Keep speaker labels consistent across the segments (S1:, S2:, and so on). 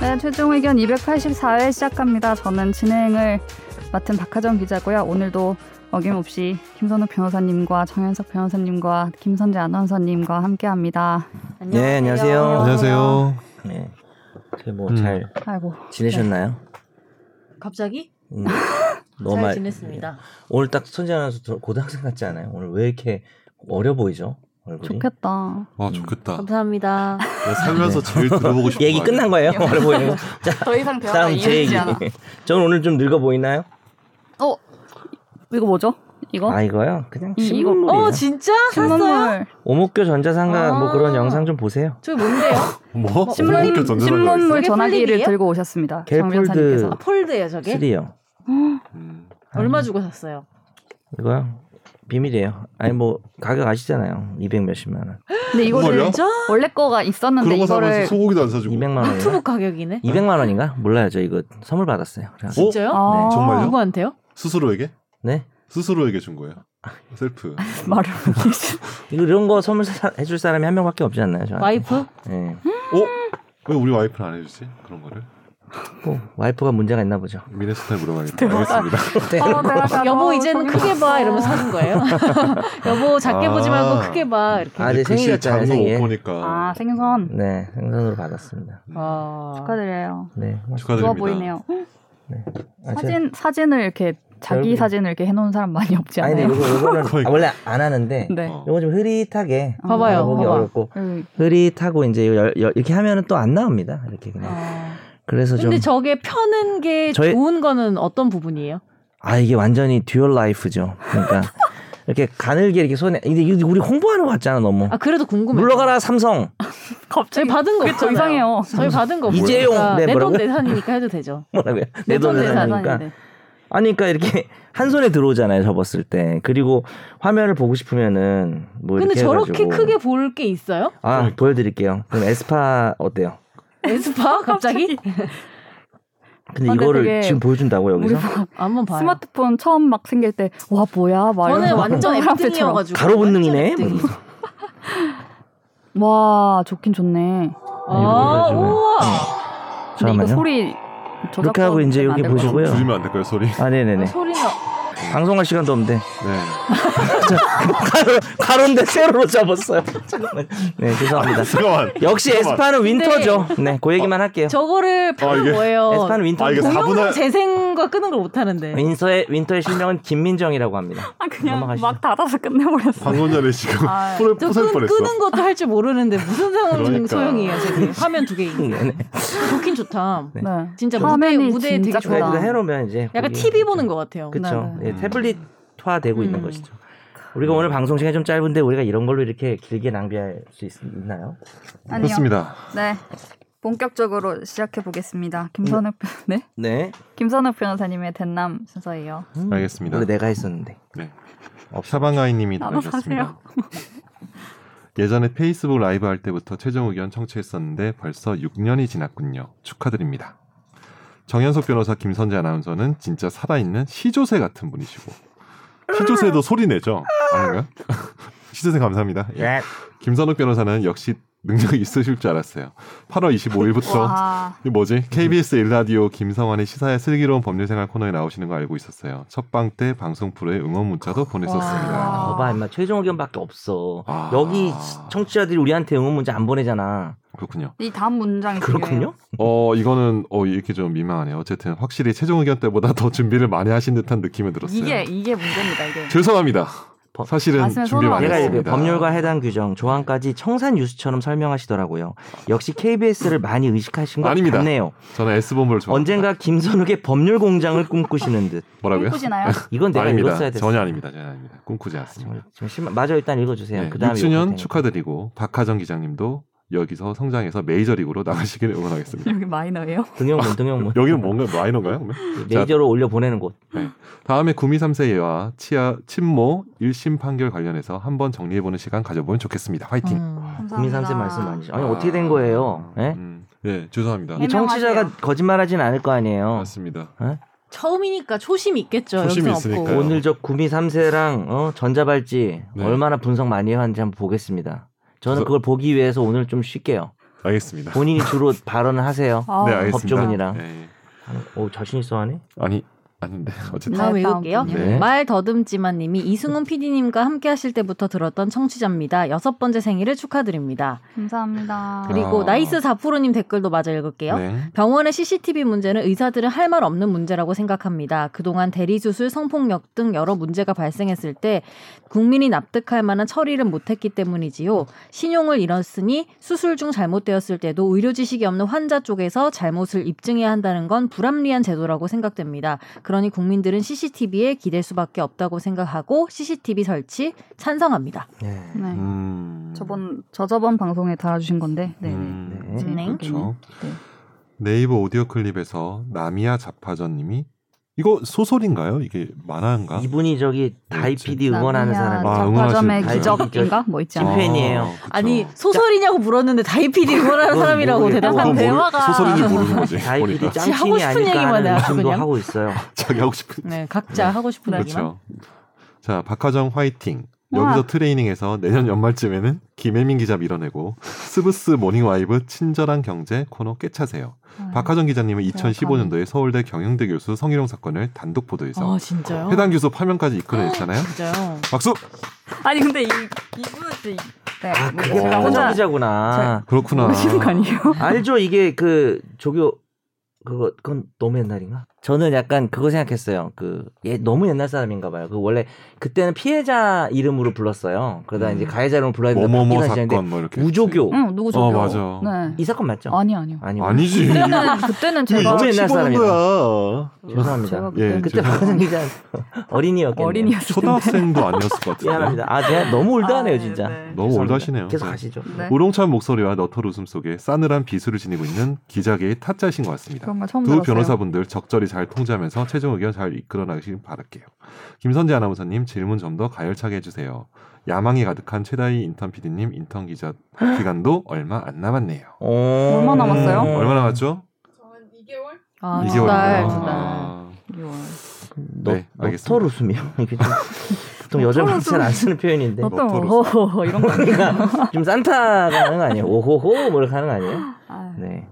S1: 네, 최종 의견 284회 시작합니다. 저는 진행을 맡은 박하정 기자고요. 오늘도 어김없이 김선욱 변호사님과 정현석 변호사님과 김선재 아나운서님과 함께합니다.
S2: 네, 안녕하세요.
S3: 안녕하세요.
S2: 네.
S3: 음.
S2: 뭐잘
S1: 아이고
S2: 지내셨나요?
S4: 갑자기
S2: 음,
S4: 네. 잘
S2: 알- 네.
S4: 지냈습니다.
S2: 오늘 딱 손지 아나운서 저- 고등학생 같지 않아요? 오늘 왜 이렇게 어려 보이죠? 얼굴이.
S1: 좋겠다.
S3: 와 아,
S4: 아,
S3: 좋겠다.
S4: 감사합니다.
S3: 내가 살면서 제일 들어보고 싶은
S2: 얘기
S3: 거 아니야?
S2: 끝난 거예요? 어려 보이는 거.
S1: 더 이상
S2: 다음 제 얘기. 저는 오늘 좀 늙어 보이나요?
S1: 어 이거 뭐죠? 이거
S2: 아 이거요? 그냥
S1: 이- 이거-
S2: 신문물이에요.
S4: 어, 진짜? 샀어요?
S1: 신문물
S2: 오목교 전자상가 뭐 그런
S4: 아.
S2: 영상 좀 보세요.
S4: 저게 뭔데요?
S3: 뭐? 어떻게
S1: 신문
S3: 전자상가가
S1: 신문물
S4: 있어요?
S1: 전화기를
S4: 폴립이에요?
S1: 들고 오셨습니다. 정
S2: 갤폴드.
S1: 변호사님께서
S4: 아, 폴드예요, 저게?
S2: 3요.
S3: 있어? 음.
S4: 얼마 주고 샀어요?
S2: 이거요? 비밀이에요. 아니 뭐 가격 아시잖아요. 200 몇십만 원.
S1: 근데 이거를
S3: 정말요?
S4: 진짜?
S1: 원래 거가 있었는데
S3: 그런 거
S1: 이거를
S3: 사면서 소고기도 안 사주고.
S2: 200만 원이요.
S4: 유튜브 가격이네.
S2: 200만 원인가? 몰라요. 저 이거 선물 받았어요. 그래가지고.
S3: 어?
S4: 진짜요?
S1: 아,
S3: 네, 정말요?
S4: 누구한테요?
S3: 스스로에게?
S2: 네.
S3: 스스로에게 준 거예요. 셀프. 어?
S1: 말을 못하시-
S2: 이런 거 선물 사- 해줄 사람이 한 명밖에 없지 않나요? 저한테?
S4: 와이프?
S2: 예.
S3: 어? 왜 우리 와이프는 안 해주지? 그런 거를
S2: 뭐, 와이프가 문제가 있나 보죠.
S3: 미네스타에 물어봐야겠다. 알겠습니다.
S2: 아,
S1: 어, 내가 다
S4: 여보
S1: 너무
S4: 이제는
S1: 속이
S4: 크게 봐
S1: 없어.
S4: 이러면서 사준 거예요. 여보 작게
S3: 아.
S4: 보지 말고 크게 봐 이렇게.
S2: 아, 내
S3: 글씨
S2: 생일이었잖아요.
S3: 장소 못
S2: 생일.
S3: 보니까
S1: 아 생선
S2: 네, 생선으로 받았습니다.
S4: 아.
S1: 축하드려요.
S2: 네.
S1: 좋아
S3: 축하드립니다.
S1: 보이네요.
S2: 아, 제-
S1: 사진 사진을 이렇게 자기
S2: 별로.
S1: 사진을 이렇게 해놓은 사람 많이 없지
S2: 아니, 근데
S1: 않아요?
S2: 요거, 요거는
S3: 거의-
S2: 아, 원래 안 하는데,
S1: 네.
S3: 어.
S2: 요거 좀 흐릿하게.
S4: 아, 봐봐요,
S2: 보기
S4: 봐봐.
S2: 어렵고.
S1: 음,
S2: 흐릿하고, 이제 열- 열- 이렇게 하면은 또 안 나옵니다. 이렇게 그냥.
S4: 아.
S2: 그래서 좀.
S4: 근데 저게 펴는 게
S2: 저의-
S4: 좋은 거는 어떤 부분이에요?
S2: 아, 이게 완전히 듀얼 라이프죠. 그러니까. 이렇게 가늘게 이렇게 손에. 근데 이거 우리 홍보하는 것 같잖아, 너무.
S4: 아 그래도 궁금해.
S2: 물러가라, 삼성!
S4: 저희 받은 거 없잖아요.
S1: 이상해요.
S4: 저희 받은 거 그러니까
S2: 이재용, 네,
S4: 내돈
S2: 뭐라고요?
S4: 내산이니까 해도 되죠.
S2: 뭐라고요? 내돈
S1: 내
S2: 내산이니까.
S1: 자산인데.
S2: 아니, 그러니까 이렇게 한 손에 들어오잖아요, 접었을 때. 그리고 화면을 보고 싶으면은 뭐
S4: 근데
S2: 이렇게
S4: 저렇게
S2: 해가지고.
S4: 크게 볼 게 있어요?
S2: 아, 보여드릴게요. 그럼 에스파 어때요?
S4: 에스파 갑자기?
S2: 근데
S1: 아, 근데
S2: 이거를
S1: 되게
S2: 지금 보여준다고
S1: 우리
S2: 여기서
S1: 막
S4: 한번 봐요.
S1: 스마트폰 처음 막 생길 때 와 뭐야 막
S4: 저는
S1: 이러면서
S4: 완전
S1: 사람들처럼.
S4: 앱등이어가지고
S2: 가로 본능이네.
S4: 완전 앱등이.
S1: 와 좋긴 좋네.
S4: 아
S2: 이거 보여줘요.
S4: 우와.
S1: 근데
S2: 잠깐만요.
S1: 이거 소리
S2: 이렇게 하고 이제 이렇게
S3: 좀
S2: 보시고요.
S3: 줄이면 안 될까요 소리?
S2: 아, 네네네.
S4: 아, 소리가
S2: 방송할 시간도 없는데
S3: 네.
S2: 가로 가로인데 세로로 잡았어요. 잠깐만. 네, 죄송합니다.
S3: 잠깐만. 아,
S2: 역시 에스파는 윈터죠. 네, 그 얘기만 할게요.
S4: 저거를 파는
S3: 이게-
S4: 거예요.
S2: 에스파는 윈터.
S3: 아, 이게 사-
S4: 동영상
S3: 사분할-
S4: 재생과 끄는 걸 못하는데.
S2: 윈서의 윈터의 실명은 김민정이라고 합니다.
S1: 아 그냥
S2: 넘어가시죠.
S1: 막 닫아서 끝내버렸어.
S3: 방금 전에 지금
S1: 아,
S3: 손을
S4: 저
S3: 부술
S4: 끄,
S3: 뻔했어.
S4: 끄는 것도 할 줄 모르는데 무슨 상황
S3: 그러니까.
S4: 소용이에요 저게 화면 두 개 있는
S2: 네, 네.
S4: 좋긴 좋다
S2: 네.
S1: 네.
S4: 진짜 무대,
S1: 화면이
S4: 무대 되게
S1: 진짜
S4: 좋다
S1: 크다.
S2: 저희도 해놓으면 이제
S4: 약간
S2: 거기-
S4: TV 보는 것 같아요
S2: 그렇죠.
S3: 네, 네.
S2: 태블릿화되고 있는
S4: 음.
S2: 것이죠. 우리가 오늘 방송 시간이 좀 짧은데 우리가 이런 걸로 이렇게 길게 낭비할 수 있, 나요
S1: 아니요.
S3: 그렇습니다.
S1: 네. 본격적으로 시작해 보겠습니다. 김선욱 변- 네
S2: 네.
S1: 김선욱 변호사님의 대남 순서예요.
S3: 알겠습니다.
S2: 음. 원래 내가 했었는데.
S3: 네. 사방아이님이
S1: 나도
S3: 달아주셨습니다. 예전에 페이스북 라이브 할 때부터 최종 의견 청취했었는데 벌써 6년이 지났군요. 축하드립니다. 정현석 변호사 김선재 아나운서는 진짜 살아있는 시조새 같은 분이시고 시조새도 소리 내죠? 아닌가요? 시조새 감사합니다. 예.
S2: 예.
S3: 김선욱 변호사는 역시 능력이 있으실 줄 알았어요. 8월
S2: 그렇죠.
S3: 25일부터
S1: 와.
S3: 이 뭐지? KBS 일라디오 김성환의 시사의 슬기로운 법률생활 코너에 나오시는 거 알고 있었어요. 첫방 때 방송 프로에 응원 문자도 보냈었습니다.
S1: 와.
S2: 거봐 임마 최종 의견밖에 없어.
S3: 아.
S2: 여기 청취자들이 우리한테 응원 문자 안 보내잖아.
S3: 그렇군요.
S1: 이 다음 문장이
S2: 그렇군요.
S3: 어 이거는 어 이렇게 좀 민망하네요. 어쨌든 확실히 최종 의견 때보다 더 준비를 많이 하신 듯한 느낌이 들었어요.
S1: 중요해요. 이게 이게 문제입니다. 이게.
S3: 죄송합니다.
S2: 법-
S3: 사실은
S1: 말씀에
S3: 준비
S1: 손을
S3: 많이
S2: 내가 읽어요.
S3: 했습니다.
S2: 법률과 해당 규정 조항까지 청산 유수처럼 설명하시더라고요. 역시 KBS를 많이 의식하신 것
S3: 아닙니다.
S2: 같네요.
S3: 저는 S 본부를 좋아.
S2: 언젠가 김선욱의 법률 공장을 꿈꾸시는 듯.
S3: 뭐라고요?
S1: 꿈꾸시나요?
S2: 이건 내가
S3: 아닙니다.
S2: 읽었어야 됐어.
S3: 전혀 아닙니다. 전혀 아닙니다. 꿈꾸지 않습니다.
S2: 정말 지금 실망- 맞아 일단 읽어주세요.
S3: 네,
S2: 그다음에
S3: 6주년
S2: 욕할 테니까.
S3: 축하드리고 박하정 기자님도 여기서 성장해서 메이저리그로 나가시길 응원하겠습니다.
S1: 여기 마이너예요?
S2: 등용문 등용문.
S3: 여기는 뭔가 마이너인가요? 그러면? 자,
S2: 메이저로 올려 보내는 곳.
S3: 다음에 구미 3세와 치아 친모 1심 판결 관련해서 한번 정리해보는 시간 가져보면 좋겠습니다. 화이팅.
S4: 음.
S2: 국민
S1: 감사합니다.
S2: 삼세 말씀 아니죠? 아니 어떻게 된 거예요? 예?
S3: 음, 네, 죄송합니다.
S2: 이 청취자가 거짓말하진 않을 거 아니에요.
S3: 맞습니다.
S4: 처음이니까 초심 있겠죠
S3: 초심이
S4: 여기서
S3: 있으니까요.
S4: 없고
S2: 오늘 저 구미 삼세랑 어, 전자발찌
S3: 네.
S2: 얼마나 분석 많이 하는지 한번 보겠습니다. 저는
S3: 그래서-
S2: 그걸 보기 위해서 오늘 좀 쉴게요.
S3: 알겠습니다.
S2: 본인이 주로 발언을 하세요.
S1: 아,
S3: 네, 알겠습니다.
S2: 법조문이랑.
S3: 예.
S2: 오 자신 있어 하네.
S3: 아니 아닌데 어쨌든
S4: 다음 읽을게요.
S1: 다음은요.
S2: 네.
S4: 말 더듬지만님이 이승훈 PD님과 함께 하실 때부터 들었던 청취자입니다. 여섯 번째 생일을 축하드립니다.
S1: 감사합니다.
S4: 그리고
S3: 아.
S4: 나이스 4프로님 댓글도 마저 읽을게요.
S3: 네.
S4: 병원의 CCTV 문제는 의사들은 할 말 없는 문제라고 생각합니다. 그동안 대리수술, 성폭력 등 여러 문제가 발생했을 때 국민이 납득할 만한 처리를 못했기 때문이지요. 신용을 잃었으니 수술 중 잘못되었을 때도 의료 지식이 없는 환자 쪽에서 잘못을 입증해야 한다는 건 불합리한 제도라고 생각됩니다. 그러니 국민들은 CCTV에 기댈 수밖에 없다고 생각하고 CCTV 설치 찬성합니다.
S2: 네.
S1: 네.
S3: 음.
S1: 저번 저저번 방송에 달아주신 건데. 네.
S3: 음.
S2: 네.
S4: 진행.
S3: 그렇죠.
S1: 네.
S3: 네이버 오디오 클립에서 나미야 자파전님이 이거 소설인가요? 이게 만화인가?
S2: 이분이 저기 다이
S3: 그렇지.
S2: PD 응원하는 사람.
S3: 아,
S2: 아,
S1: 자파점의
S3: 응원하시는
S1: 기적인가 뭐 있지 않아요?
S2: 팬이에요.
S3: 아, 그쵸.
S4: 아니 소설이냐고 물었는데 다이피디 응원하는
S2: 그건
S4: 사람이라고
S2: 모르겠고.
S3: 그건
S4: 대답한
S3: 모르-
S4: 대화가
S3: 소설인지 모르는 거지.
S2: 다이 PD
S3: 보니까
S4: 지금 하고
S2: 짱친이
S4: 싶은
S2: 아닐까
S4: 얘기만
S2: 하는
S4: 해요,
S2: 의심도
S4: 그냥.
S2: 하고 있어요.
S3: 자기 하고 싶은
S4: 네, 각자 하고 싶은 얘기만.
S3: 그렇죠. 자, 박하정 화이팅.
S1: 와.
S3: 여기서 트레이닝에서 내년 연말쯤에는 김혜민 기자 밀어내고 스브스 모닝 와이브 친절한 경제 코너 깨차세요.
S1: 네. 아,
S3: 박하정 기자님은 2015년도에 서울대 경영대 교수 성희롱 사건을 단독 보도해서
S4: 아 진짜요?
S3: 해당 교수 파면까지 이끌어냈잖아요.
S4: 진짜요?
S3: 박수.
S1: 아니 근데 이 이분은 또 이- 네.
S2: 아,
S1: 뭐
S2: 그게
S1: 제가 혼자
S2: 박하정 기자구나.
S3: 그렇구나.
S1: 모르시는 거 아니에요?
S2: 알죠 이게 그 조교 그거 그건 너무 옛날인가? 저는 약간 그거 생각했어요. 그 얘 너무 옛날 사람인가 봐요. 그 원래 그때는 피해자 이름으로 불렀어요. 그러다
S3: 음.
S2: 이제 가해자 이름 불러야 된다.
S3: 뭐뭐뭐
S2: 바뀌긴 하시는데
S3: 사건 뭐 이렇게.
S2: 우조교
S1: 응, 누구
S3: 어,
S1: 저요?
S3: 맞아.
S1: 네.
S2: 이 사건 맞죠?
S1: 아니 아니요.
S2: 아니
S3: 아니지.
S1: 그때는 그때는
S2: 이거
S1: 제가
S2: 너무 옛날
S3: 씹어먹은
S2: 사람이다.
S3: 거야.
S1: 아, 제가
S2: 죄송합니다.
S1: 그때
S3: 예,
S2: 그때
S3: 죄송-
S2: 박하정 기자 어린이였겠네요.
S1: 어린이였을
S3: 초등학생도 아니었을 것 같은데.
S2: 미안합니다. 아 제가 너무 올드하네요
S1: 아,
S2: 진짜.
S1: 네, 네.
S3: 너무
S2: 죄송합니다.
S3: 올드하시네요.
S2: 계속
S3: 네.
S2: 가시죠.
S1: 네.
S3: 우롱찬 목소리와 너털 웃음 속에 싸늘한 비수를 지니고 있는 기자계의 타짜이신 것 같습니다.
S1: 그런 거 처음
S3: 두
S1: 들었어요.
S3: 변호사분들 적절히 잘 통제하면서 최종 의견 잘 이끌어 나가시길 바랄게요. 김선재 아나운서님 질문 좀 더 가열차게 해주세요. 야망이 가득한 최다희 인턴 PD님 인턴 기자 기간도 얼마 안 남았네요.
S2: 어...
S1: 얼마 남았어요? 음.
S3: 얼마 남았죠?
S5: 저는 2개월?
S4: 아,
S1: 이
S4: 두 달,
S1: 개월이구나.
S4: 두 달.
S3: 아,
S1: 이거.
S2: 너,
S3: 네,
S2: 음. 너
S3: 알겠습니다.
S2: 털 웃음이요. 이게 좀 보통 여자분 잘안 쓰는 표현인데.
S1: 어떤
S3: 너털
S1: 오호호 이런 거.
S2: 그러니까 좀 산타가 하는 거 아니에요? 오호호 뭐 이렇게 하는 거 아니에요?
S1: 아,
S2: 네.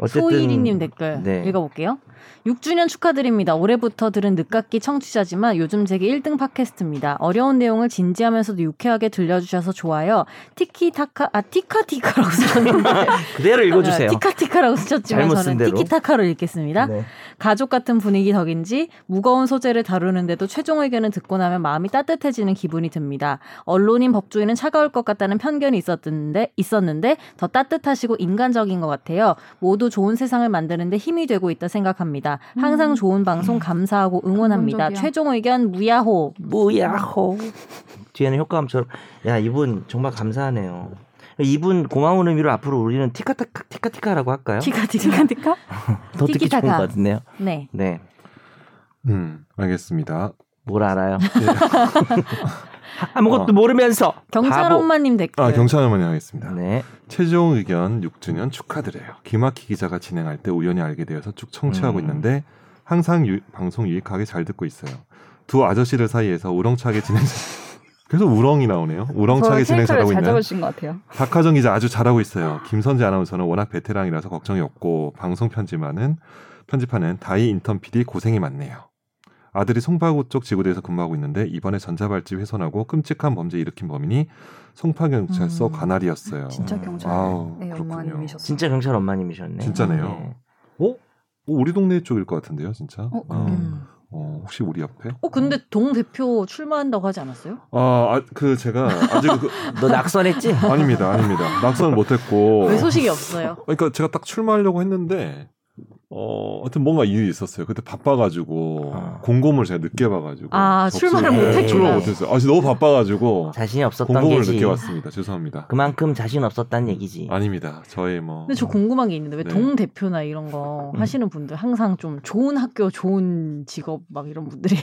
S2: 어쨌든
S4: 소이리님 댓글
S2: 네.
S4: 읽어볼게요. 6주년 축하드립니다. 올해부터 들은 늦깎이 청취자지만 요즘 제게 1등 팟캐스트입니다. 어려운 내용을 진지하면서도 유쾌하게 들려주셔서 좋아요. 티키타카, 아, 티카티카라고 쓰셨는데.
S2: 그대로 읽어주세요.
S4: 아, 티카티카라고 쓰셨지만
S2: 잘못 쓴
S4: 저는
S2: 대로.
S4: 티키타카로 읽겠습니다.
S2: 네.
S4: 가족 같은 분위기 덕인지 무거운 소재를 다루는데도 최종 의견을 듣고 나면 마음이 따뜻해지는 기분이 듭니다. 언론인 법조인은 차가울 것 같다는 편견이 있었는데 있었는데 더 따뜻하시고 인간적인 것 같아요. 모두 좋은 세상을 만드는데 힘이 되고 있다 생각합니다. 항상
S1: 음.
S4: 좋은 방송 감사하고 응원합니다.
S1: 긍정적이야.
S4: 최종 의견 무야호.
S3: 네?
S2: 무야호. 뒤에는 효과음처럼 야 이분 정말 감사하네요. 이분 고마운 의미로 앞으로 우리는 티카타카 티카티카라고 할까요?
S4: 티카티카.
S1: 티카?
S2: 더 듣기 좋은 것
S4: 티키타카.
S2: 같은데요.
S4: 네.
S2: 네,
S3: 음, 알겠습니다.
S2: 뭘 알아요?
S3: 예.
S2: 아무것도
S3: 어.
S2: 모르면서
S4: 경찰
S2: 바보.
S4: 엄마님 댓글.
S3: 아,
S1: 네.
S3: 경찰 어머니 하겠습니다.
S2: 네,
S3: 최종 의견 6주년 축하드려요. 김학희 기자가 진행할 때 우연히 알게 되어서 쭉 청취하고
S2: 음.
S3: 있는데 항상 유- 방송 유익하게 잘 듣고 있어요. 두 아저씨들 사이에서 우렁차게 진행 계속 우렁이 나오네요.
S1: 저
S3: 우렁차게
S1: 캐릭터를
S3: 진행 잘하고
S1: 잘
S3: 있나요?
S1: 잡으신 것 같아요.
S3: 박하정 기자 아주 잘하고 있어요. 김선재 아나운서는 워낙 베테랑이라서 걱정이 없고 방송 편집하는 편집하는 다이 인턴 PD 고생이 많네요. 아들이 송파구 쪽 지구대에서 근무하고 있는데 이번에 전자발찌 훼손하고 끔찍한 범죄 일으킨 범인이 송파경찰서
S4: 음.
S3: 관할이었어요.
S1: 진짜 경찰의
S3: 아우, 그렇군요.
S1: 네. 엄마님이셨어요.
S2: 진짜 경찰 엄마님이셨네.
S3: 진짜네요.
S2: 네.
S3: 오, 우리 동네 쪽일 것 같은데요, 진짜.
S1: 어,
S3: 아,
S1: 그러게요.
S4: 음.
S3: 어, 혹시 우리 옆에?
S4: 어 근데 동 대표 출마한다고 하지 않았어요?
S3: 아, 아, 그 제가 아직 그,
S2: 너 낙선했지?
S3: 아닙니다, 아닙니다. 낙선을 못했고.
S4: 왜 소식이 없어요?
S3: 그러니까 제가 딱 출마하려고 했는데, 어, 하여튼 뭔가 이유 있었어요. 그때 바빠가지고
S2: 아.
S3: 공고문을 제가 늦게 봐가지고.
S4: 아,
S3: 접수를-
S4: 출마를
S3: 네,
S2: 못했구나.
S3: 출마 못했어요. 아, 진짜 너무 바빠가지고
S2: 자신이 없었던
S3: 공고문을
S2: 게지.
S3: 늦게 왔습니다. 죄송합니다.
S2: 그만큼 자신 없었단 얘기지.
S3: 아닙니다. 저의 뭐.
S4: 근데 저 궁금한 게 있는데 왜
S3: 네.
S4: 동대표나 이런 거
S2: 어. 음.
S4: 하시는 분들 항상 좀 좋은 학교, 좋은 직업 막 이런 분들이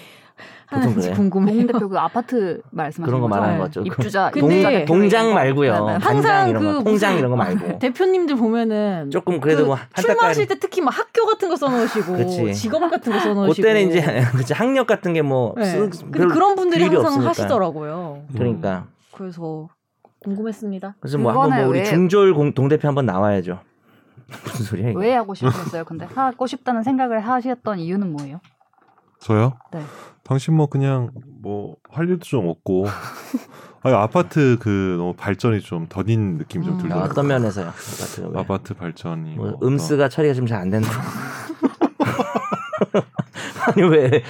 S2: 보통
S4: 하는지
S2: 그래요.
S4: 궁금해요.
S1: 동 대표 그 아파트 말씀하시는
S2: 그런 거 말하는
S4: 네.
S2: 거죠. 그
S1: 입주자
S4: 근데
S2: 동,
S1: 입주자
S2: 동장 말고요.
S1: 네, 네.
S2: 항상
S4: 항상
S2: 이런 거,
S4: 그
S2: 통장
S4: 무슨-
S2: 이런 거 말고.
S4: 대표님들 보면은
S2: 조금 그래도
S4: 그
S2: 뭐 한달까지
S4: 출마하실 때 특히 막 학교 같은 거 써놓으시고
S2: 그치.
S4: 직업 같은 거 써놓으시고
S2: 그때는 이제 그치, 학력 같은 게뭐
S4: 네.
S2: 쓰-
S4: 근데
S2: 별로
S4: 그런 분들이
S2: 비율이
S4: 항상
S2: 없으니까.
S4: 하시더라고요.
S3: 음.
S2: 그러니까
S4: 그래서 궁금했습니다.
S2: 그래서 뭐 한번
S1: 이번에
S2: 뭐 우리
S1: 왜-
S2: 중졸 공- 동대표 한번 나와야죠. 무슨 소리야 이게?
S1: 왜 하고 싶으셨어요? 근데 하고 싶다는 생각을 하셨던 이유는 뭐예요?
S3: 저요?
S1: 네.
S3: 당신 뭐 그냥 뭐 할 일도 좀 없고 아니, 아파트 그 너무 발전이 좀 더딘 느낌이 좀
S1: 음.
S2: 아,
S3: 들더라고요.
S2: 어떤 면에서요? 아파트가 왜?
S3: 아파트 발전이
S2: 뭐
S3: 뭐
S2: 음스가 처리가 좀 잘 안 된다. 아니 왜?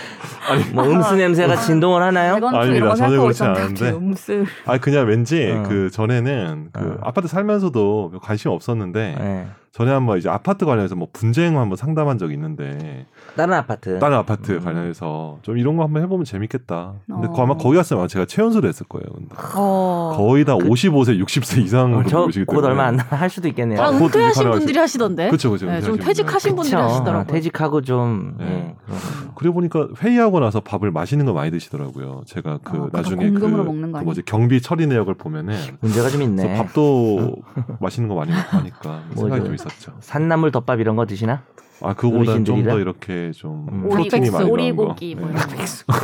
S2: 뭐 음스
S4: 아.
S2: 냄새가 진동을 하나요?
S1: 재건축
S3: 아닙니다.
S1: 이런 거
S3: 전혀
S1: 생각하고
S3: 그렇지
S1: 있었는데
S3: 않은데.
S1: 갑자기 음스.
S3: 어떤- 아니 그냥 왠지
S2: 어.
S3: 그 전에는 그
S2: 어.
S3: 아파트 살면서도 관심 없었는데
S2: 네.
S3: 전에 한번 이제 아파트 관련해서 뭐 분쟁 한번 상담한 적이 있는데
S2: 다른 아파트.
S3: 다른 아파트
S2: 네. 음.
S3: 관련해서 좀 이런 거 한번 해보면 재밌겠다. 근데
S1: 어.
S3: 그 아마 거기 갔으면 아마 제가 최연소를 했을 거예요. 근데
S4: 어.
S3: 거의 다 55세, 60세 이상
S2: 그 어,
S3: 분들이 오시기
S2: 저곧
S3: 때문에.
S2: 얼마 안 할 수도 있겠네요.
S4: 다
S3: 아, 그것도
S4: 은퇴하신
S3: 가능하죠.
S4: 분들이 하시던데.
S3: 그렇죠, 그렇죠.
S4: 네, 좀
S3: 은퇴하신 분들.
S4: 퇴직하신 분들이
S2: 그쵸.
S4: 하시더라고요.
S2: 퇴직하고 좀
S3: 네.
S2: 예, 그런 거죠.
S3: 그래 보니까 회의하고 나서 밥을 맛있는 거 많이 드시더라고요. 제가
S1: 아,
S3: 그
S1: 그거
S3: 나중에 그,
S1: 공금으로 먹는 거
S3: 그
S1: 아니에요?
S3: 뭐지 경비 처리 내역을 보면은
S2: 문제가 좀
S3: 그래서
S2: 있네.
S3: 밥도 맛있는 거 많이 먹고 하니까
S2: 뭐죠?
S3: 생각이 좀 있었죠.
S2: 산나물 덮밥 이런 거 드시나?
S3: 아 그거보다 좀
S2: 어르신들이라?
S3: 더 이렇게 좀
S2: 음.
S3: 프로틴이 많이
S4: 오리백숙,
S3: 들어간 거.
S1: 오리고기 뭐
S3: 네.
S1: 이런 거.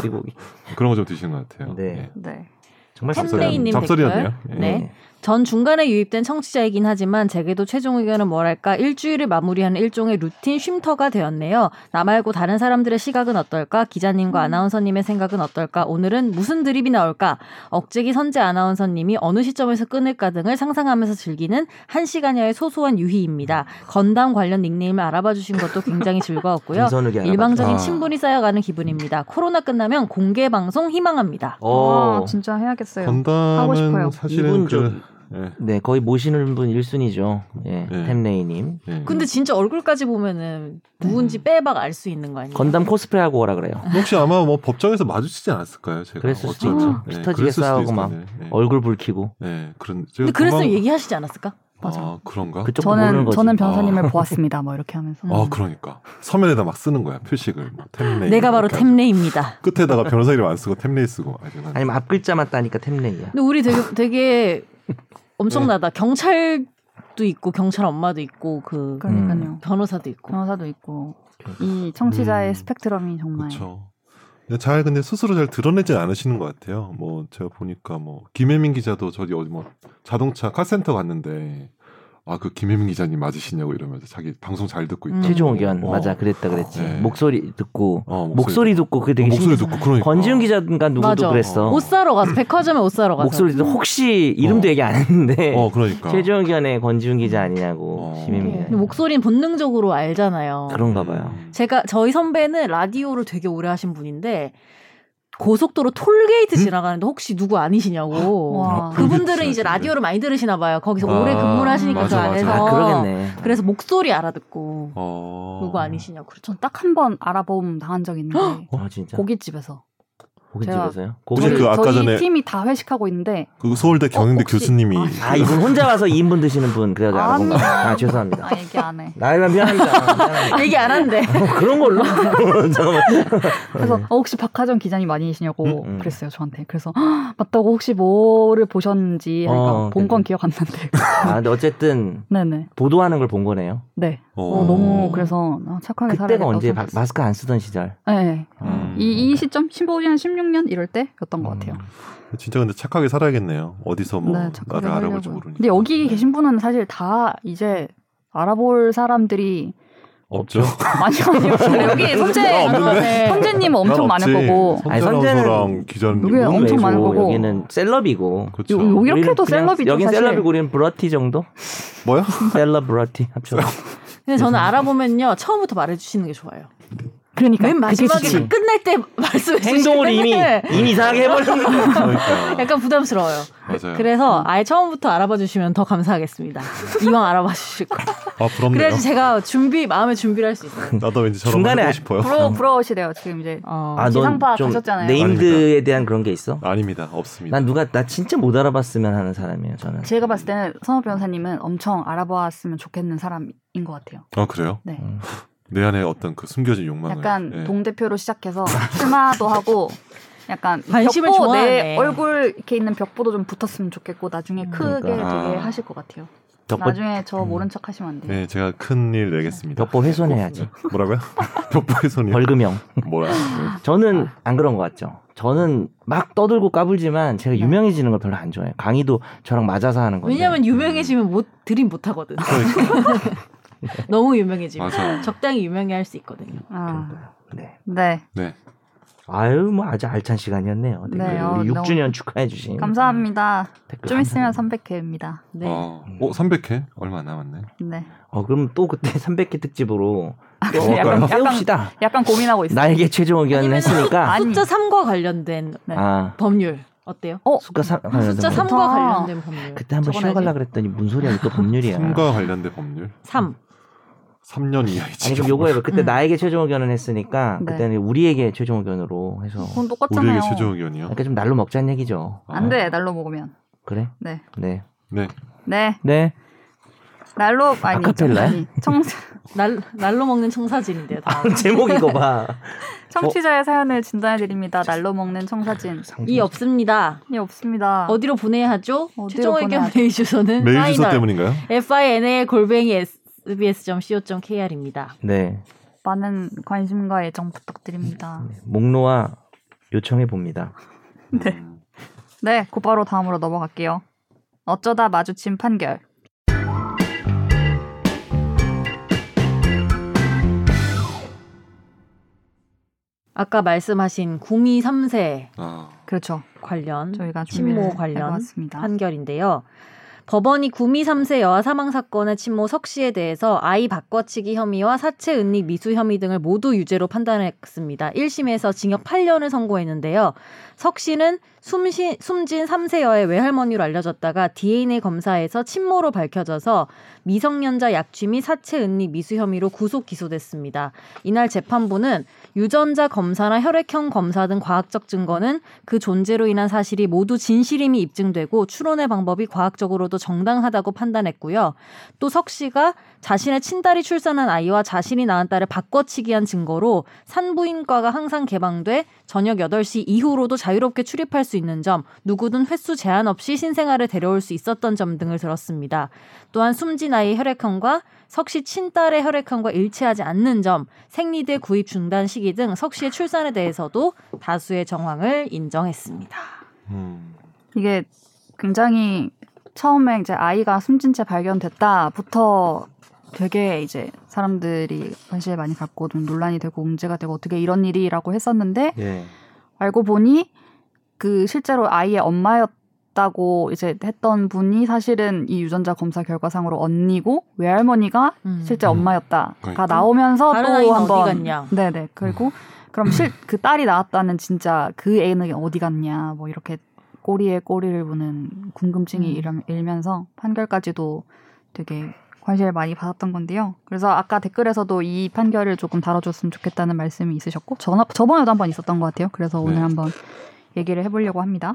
S2: 그리고
S3: 그런 거 좀 드시는 것 같아요.
S2: 네.
S3: 예.
S1: 네.
S2: 정말
S3: 잡설이-
S4: 템레이님
S3: 잡설이었네요.
S4: 댓글.
S3: 예.
S4: 네. 전 중간에 유입된 청취자이긴 하지만 제게도 최종 의견은 뭐랄까 일주일을 마무리하는 일종의 루틴 쉼터가 되었네요. 나 말고 다른 사람들의 시각은 어떨까? 기자님과 아나운서님의 생각은 어떨까? 오늘은 무슨 드립이 나올까? 억제기 선재 아나운서님이 어느 시점에서 끊을까 등을 상상하면서 즐기는 한 시간여의 소소한 유희입니다. 건담 관련 닉네임을 알아봐 주신 것도 굉장히 즐거웠고요.
S2: 김선욱이 알아봤다.
S4: 일방적인
S3: 아.
S4: 친분이 쌓여가는 기분입니다. 코로나 끝나면 공개 방송 희망합니다.
S1: 와
S4: 아,
S2: 어,
S1: 아, 진짜 해야겠어요. 하고 싶어요.
S3: 건담은
S2: 이분
S3: 사실은
S2: 좀
S3: 그 예.
S2: 네, 거의 모시는 분 1순위죠. 예.
S3: 네.
S2: 템레이님.
S3: 예.
S4: 근데 진짜 얼굴까지 보면은
S1: 음.
S4: 누군지 빼박 알 수 있는 거 아니에요?
S2: 건담 코스프레 하고 오라 그래요.
S3: 혹시 아마 뭐 법정에서 마주치지 않았을까요? 제가
S2: 그랬을 수도
S3: 어쩌면.
S2: 있죠. 피터지게 싸우고
S3: 있을
S2: 막
S3: 텐데. 예.
S2: 얼굴 붉히고.
S3: 예, 그런.
S4: 근데
S3: 제가
S4: 그랬으면
S3: 금방-
S4: 얘기하시지 않았을까?
S2: 네,
S3: 아 그런가?
S2: 그쪽 모르는
S1: 저는
S2: 거지. 아.
S1: 저는 변사님을 보았습니다. 뭐 이렇게 하면서.
S3: 아 그러니까 서면에다 막 쓰는 거야 표식을 뭐,
S4: 음.
S3: 템레이.
S4: 내가 바로
S3: 이렇게
S4: 템레입니다.
S3: 끝에다가 변호사 이름 안 쓰고 템레이 쓰고 아니면
S2: 아니면 앞글자만 따니까 템레이야.
S4: 근데 우리 되게 되게 엄청나다.
S2: 네.
S4: 경찰도 있고 경찰 엄마도 있고 그
S1: 그러니까요.
S2: 음.
S4: 변호사도 있고.
S1: 변호사도 있고 이 청취자의
S3: 음.
S1: 스펙트럼이 정말
S3: 그렇죠. 근데 잘 근데 스스로 잘 드러내진 않으시는 것 같아요. 뭐 제가 보니까 뭐 김혜민 기자도 저기 어디 뭐 자동차 카센터 갔는데 아 그 김혜민 기자님 맞으시냐고 이러면서 자기 방송 잘 듣고 있다.
S4: 음.
S2: 최종 의견
S3: 어.
S2: 맞아 그랬다 그랬지.
S3: 네.
S2: 목소리 듣고
S3: 어,
S2: 목소리 듣고 그게 되게
S3: 어, 목소리
S2: 신기해.
S3: 듣고 그러니까
S2: 권지훈 기자인가 누구도
S4: 맞아.
S2: 그랬어.
S4: 옷 사러 가서 백화점에 옷 사러 가서
S2: 목소리 듣고 혹시 이름도
S3: 어.
S2: 얘기 안 했는데
S3: 어 그러니까
S2: 최종 의견에 권지훈 기자 아니냐고
S3: 어.
S2: 김혜민 기자.
S4: 근데 목소리는 본능적으로 알잖아요.
S2: 그런가 봐요.
S4: 제가 저희 선배는 라디오를 되게 오래 하신 분인데 고속도로 톨게이트 지나가는데 혹시 누구 아니시냐고.
S1: 와.
S3: 아,
S4: 어, 그분들은
S3: 그게
S4: 이제
S3: 진짜
S4: 라디오를 많이 들으시나 봐요. 거기서
S3: 아,
S4: 오래 근무를 하시니까
S3: 맞아,
S4: 그
S3: 맞아.
S4: 안에서.
S2: 아 그러겠네.
S4: 그래서 목소리 알아듣고
S3: 어.
S4: 누구 아니시냐고 그렇죠.
S1: 전 딱 한 번 알아봄 당한 적이 있는데
S2: 아 진짜
S1: 고깃집에서 제가-
S2: 고깃집에서요.
S3: 혹시
S2: 고깃
S3: 그 아까
S1: 저희
S3: 전에-
S1: 팀이 다 회식하고 있는데
S3: 그
S4: 어,
S3: 서울대 경영대
S1: 혹시-
S3: 교수님이
S2: 아 이분 혼자 와서 2인분 드시는 분 그래가지고 알아본 거예요. 아 죄송합니다.
S1: 아 얘기 안 해.
S2: 나이가 미안합니다. 미안합니다.
S4: 얘기 안 한대.
S2: 뭐 그런 걸로 잠깐만.
S1: 그래서 어, 혹시 박하정 기자님 아니시냐고
S2: 네. 음, 음.
S1: 그랬어요 저한테. 그래서 헉, 맞다고 혹시 뭐를 보셨는지 하니까
S2: 어,
S1: 본 건
S2: 네네.
S1: 기억 안 난대.
S2: 아 근데 어쨌든
S1: 네네.
S2: 보도하는 걸 본 거네요.
S1: 네.
S3: 어.
S1: 어, 너무 그래서 아, 착하게 살아야
S2: 그때가 언제 마, 마스크 안 쓰던 시절.
S1: 네.
S3: 음.
S1: 이, 이 시점 15년, 16년 이럴 때였던
S2: 음.
S1: 것 같아요.
S3: 진짜 근데 착하게 살아야겠네요. 어디서 뭐
S1: 네, 착하게
S3: 나를 알아볼지
S1: 하려고요.
S3: 모르니까.
S1: 근데
S3: 네.
S1: 여기
S2: 네.
S1: 계신 분은 사실 다 이제 알아볼 사람들이
S3: 없죠.
S1: 많이 많이 없어요. 여기
S3: 나
S1: 선재
S3: 없는데?
S2: 네.
S1: 선재님 엄청
S3: 난 없지.
S1: 많을 거고
S3: 선재
S2: 아니, 선재는
S3: 아나운서랑 기자님
S1: 누구예요?
S3: 모두
S1: 엄청
S2: 왜고,
S1: 많을 거고.
S2: 여기는 셀럽이고.
S3: 그렇죠.
S1: 요,
S2: 우리는
S1: 이렇게도
S2: 그냥-
S1: 셀럽이죠
S2: 여긴
S1: 사실.
S2: 셀럽이고 우리는 브라티 정도?
S3: 뭐요?
S2: 셀럽 브라티 합쳐.
S4: 근데 저는 알아보면요 처음부터 말해주시는 게 좋아요.
S1: 그러니까
S4: 맨 마지막에
S2: 좋지.
S4: 끝날 때 말씀해 주시는
S2: 행동을 이미
S4: 게
S2: 이미 이상하게 해버리는
S1: 아,
S2: 거예요.
S3: 그러니까.
S4: 약간 부담스러워요.
S3: 맞아요.
S4: 그래서 아예 처음부터 알아봐 주시면 더 감사하겠습니다. 이왕 알아봐 주실 거.
S3: 아 부럽네요. 그-
S4: 그래야지 제가 준비 마음의 준비를 할 수 있어요.
S3: 나도 왠지 저런 거
S2: 중간에
S3: 하고 싶어요.
S2: 음.
S3: 음.
S1: 부러 부러우시대요 지금 이제
S4: 어.
S2: 아, 넌
S1: 지상파
S2: 좀
S1: 가셨잖아요.
S2: 네임드에 대한 그런 게 있어?
S3: 아닙니다. 없습니다.
S2: 난 누가 나 진짜 못 알아봤으면 하는 사람이에요. 저는.
S1: 제가 봤을 때는 선호 변호사님은 엄청 알아보았으면 좋겠는 사람인 것 같아요.
S3: 아 그래요?
S1: 네.
S2: 음.
S3: 내 안에 어떤 그 숨겨진 욕망을.
S1: 약간
S3: 예.
S1: 동 대표로 시작해서 출마도 하고 약간
S4: 관심을
S1: 벽보
S4: 좋아하네. 음.
S1: 내 얼굴 이렇게 있는 벽보도 좀 붙었으면 좋겠고 나중에 크게
S2: 그러니까.
S1: 되게
S3: 아.
S1: 하실 것 같아요.
S2: 벽보
S1: 나중에 저
S2: 음.
S1: 모른 척 하시면 안 돼요.
S3: 네, 제가 큰일 내겠습니다. 예.
S2: 벽보 훼손해야지.
S3: 뭐라고요? 벽보의 손이
S2: 벌금형.
S3: 뭐라?
S2: 저는 안 그런 것 같죠. 저는 막 떠들고 까불지만 제가
S1: 네.
S2: 유명해지는 걸 별로 안 좋아해요. 강의도 저랑 맞아서 하는 건데.
S4: 왜냐면 유명해지면 못 드림 못 하거든.
S3: 그러니까
S4: 너무 유명해지면
S3: 맞아.
S4: 적당히 유명해 할 수 있거든요.
S1: 아,
S2: 네.
S1: 네.
S3: 네,
S2: 아유 뭐 아주 알찬 시간이었네요.
S1: 네,
S2: 댓글.
S1: 어,
S2: 우리
S1: 너무
S2: 6주년 축하해 주신
S1: 감사합니다.
S2: 댓글
S1: 좀 있으면
S2: 감사합니다.
S1: 300회입니다.
S4: 네.
S3: 어, 어 300회 얼마 안 남았네.
S1: 네.
S2: 어 그럼 또 그때 300회 특집으로 또
S3: 먹을까요?
S2: 약간
S1: 약간-
S2: 세웁시다.
S1: 약간 고민하고 있어요.
S2: 나에게 최종 의견을
S4: 아니면은
S2: 했으니까
S1: 아니.
S4: 숫자 3과 관련된
S1: 네.
S2: 아
S4: 법률 어때요?
S2: 숫자 3
S4: 숫자 3과
S1: 좋다.
S4: 관련된 법률.
S2: 그때 한번
S4: 적어놔야지.
S2: 쉬어갈라 그랬더니 뭔 소리야 이거 또 법률이야.
S3: 팀과 관련된 법률
S4: 3.
S3: 3년 이하이지.
S2: 네. 아니 그럼 요거 해봐. 그때
S4: 음.
S2: 나에게 최종 의견을 했으니까
S1: 네.
S2: 그때는 우리에게 최종 의견으로 해서
S1: 그건 똑같잖아요.
S3: 우리에게 최종 의견이요.
S2: 그러니까 좀 날로 먹자는 얘기죠.
S1: 안 돼. 날로 먹으면.
S2: 그래?
S1: 네.
S2: 네.
S3: 네,
S1: 네.
S2: 네.
S1: 날로 아니.
S2: 아카펠라야?
S1: 아니, 청
S4: 날, 날로 먹는 청사진인데요.
S3: 아,
S4: 다.
S2: 제목 이거 봐.
S1: 청취자의 사연을 진단해 드립니다. 날로 먹는 청사진.
S4: 이 없습니다.
S1: 이 없습니다.
S4: 어디로 보내야 하죠?
S1: 어디로
S4: 최종 의견
S1: 보내야
S4: 메일 주소는
S3: 메일
S4: 파이널
S3: 주소 때문인가요?
S4: fina 골뱅이 sbs.co.kr입니다.
S2: 네.
S1: 많은 관심과 애정 부탁드립니다.
S2: 네. 목로와 요청해 봅니다.
S1: 네.
S3: 음,
S1: 네, 곧바로 다음으로 넘어갈게요. 어쩌다 마주친 판결.
S4: 아까 말씀하신 구미 3세
S3: 아,
S1: 그렇죠.
S4: 관련
S1: 저희가
S4: 친모
S1: 준비를
S4: 관련
S1: 해봤습니다.
S4: 판결인데요. 법원이 구미 3세 여아 사망 사건의 친모 석 씨에 대해서 아이 바꿔치기 혐의와 사체 은닉 미수 혐의 등을 모두 유죄로 판단했습니다. 1심에서 징역 8년을 선고했는데요. 석 씨는 숨신, 숨진 3세 여아의 외할머니로 알려졌다가 DNA 검사에서 친모로 밝혀져서 미성년자 약취 및 사체 은닉 미수 혐의로 구속 기소됐습니다. 이날 재판부는 유전자 검사나 혈액형 검사 등 과학적 증거는 그 존재로 인한 사실이 모두 진실임이 입증되고 추론의 방법이 과학적으로도 정당하다고 판단했고요. 또 석 씨가 자신의 친딸이 출산한 아이와 자신이 낳은 딸을 바꿔치기한 증거로 산부인과가 항상 개방돼 저녁 8시 이후로도 자유롭게 출입할 수 있는 점, 누구든 횟수 제한 없이 신생아를 데려올 수 있었던 점 등을 들었습니다. 또한 숨진 아이의 혈액형과 석씨 친딸의 혈액형과 일치하지 않는 점, 생리대 구입 중단 시기 등 석씨의 출산에 대해서도 다수의 정황을 인정했습니다.
S3: 음,
S1: 이게 굉장히 처음에 이제 아이가 숨진 채 발견됐다부터 되게 이제 사람들이 관심을 많이 갖고 좀 논란이 되고 문제가 되고 어떻게 이런 일이라고 했었는데
S2: 예.
S1: 알고 보니 그 실제로 아이의 엄마였다고 이제 했던 분이 사실은 이 유전자 검사 결과상으로 언니고 외할머니가
S4: 음.
S1: 실제
S2: 음.
S1: 엄마였다가
S3: 그러니까.
S1: 나오면서
S4: 다른 아이는
S1: 또
S4: 어디
S1: 한번
S4: 갔냐?
S1: 네네 그리고 그럼 실 그 딸이 낳았다는 진짜 그 애는 어디 갔냐 뭐 이렇게 꼬리에 꼬리를 무는 궁금증이
S4: 음.
S1: 일면- 일면서 판결까지도 되게 관심을 많이 받았던 건데요. 그래서 아까 댓글에서도 이 판결을 조금 다뤄줬으면 좋겠다는 말씀이 있으셨고 전, 저번에도 한번 있었던 것 같아요. 그래서 오늘
S3: 네.
S1: 한번 얘기를 해보려고 합니다.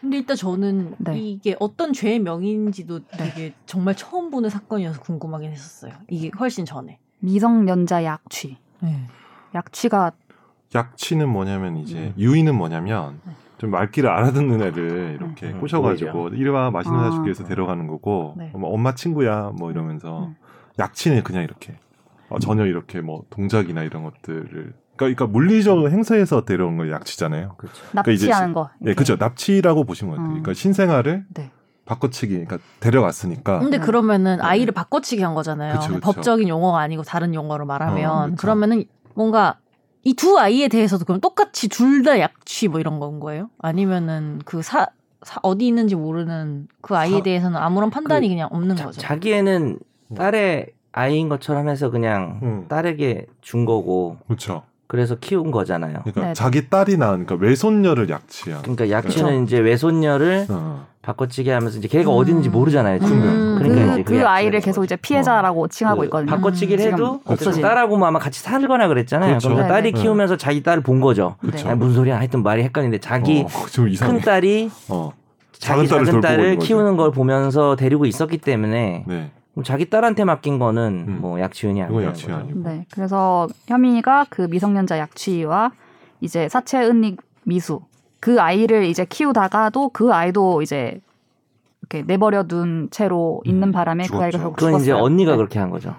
S4: 근데 일단 저는
S1: 네.
S4: 이게 어떤 죄의 명인지도 되게 정말 처음 보는 사건이어서 궁금하긴 했었어요. 이게 훨씬 전에.
S1: 미성년자 약취. 약취가
S3: 약취는 뭐냐면 이제 유인은 뭐냐면 좀 말귀를 알아듣는 애를 이렇게
S2: 음,
S3: 꼬셔가지고 이리 와 맛있는
S1: 아.
S3: 거 사줄게 해서 데려가는 거고
S1: 네.
S3: 뭐 엄마 친구야 뭐 이러면서
S1: 음.
S3: 약취는 그냥 이렇게 어, 전혀 이렇게 뭐 동작이나 이런 것들을 그러니까, 그러니까 물리적으로 행사해서 데려온 거 약취잖아요.
S2: 그렇죠.
S3: 이제
S1: 납치하는 거.
S3: 예, 그죠. 납치라고 보시면 돼요.
S1: 어.
S3: 그러니까 신생아를
S1: 네.
S3: 바꿔치기, 그러니까 데려갔으니까
S4: 근데
S1: 네.
S4: 그러면은
S3: 네.
S4: 아이를 바꿔치기 한 거잖아요.
S3: 그쵸, 그쵸.
S4: 법적인 용어가 아니고 다른 용어로
S3: 어,
S4: 말하면
S3: 그쵸.
S4: 그러면은 뭔가 이 두 아이에 대해서도 그럼 똑같이 둘 다 약취 뭐 이런 건 거예요? 아니면은 그 사, 사- 어디 있는지 모르는 그 아이에
S2: 사-
S4: 대해서는 아무런 판단이
S2: 그
S4: 그냥 없는
S2: 자,
S4: 거죠.
S2: 자기애는 딸의 아이인 것처럼 해서 그냥
S3: 음.
S2: 딸에게 준 거고
S3: 그렇죠.
S2: 그래서 키운 거잖아요.
S3: 그러니까
S1: 네.
S3: 자기 딸이 낳은 그러니까 외손녀를 약취한.
S2: 그러니까 약취는
S1: 그렇죠.
S2: 이제 외손녀를
S3: 어.
S2: 바꿔치기 하면서 이제 걔가
S4: 음.
S2: 어디 있는지 모르잖아요. 지금.
S4: 음.
S2: 그러니까
S1: 그,
S2: 이제
S1: 그 아이를 계속 이제
S3: 어.
S1: 피해자라고
S3: 네.
S1: 칭하고 있거든요. 음,
S2: 예, 바꿔치기를
S1: 지금
S2: 해도 어쨌든
S1: 없어진.
S2: 딸하고 뭐 아마 같이 살거나 그랬잖아요.
S3: 그렇죠.
S2: 그러니
S1: 네,
S2: 딸이
S3: 네.
S2: 키우면서 자기 딸을 본 거죠.
S3: 그렇죠.
S2: 아니, 무슨 소리야? 하여튼 말이 헷갈리는데 자기
S3: 어, 좀 이상해.
S2: 큰 딸이
S3: 어.
S2: 자기
S3: 작은 딸을
S2: 작은
S3: 돌보고
S2: 딸을
S3: 있는 거죠.
S2: 키우는 걸 보면서 데리고 있었기 때문에
S3: 네.
S2: 그럼 자기 딸한테 맡긴 거는
S3: 음.
S2: 뭐 약지훈이
S3: 그건
S2: 아니에요.
S3: 약취 아니고.
S1: 네, 그래서 혐의가 그 미성년자 약취와 이제 사체 은닉 미수 그 아이를 이제 키우다가도 그 아이도 이제 이렇게 내버려 둔 채로 있는
S3: 음,
S1: 바람에 그 아이가
S3: 죽었죠.
S1: 결국
S2: 그건
S1: 죽었어요.
S2: 이제 언니가
S1: 네.
S2: 그렇게 한 거죠.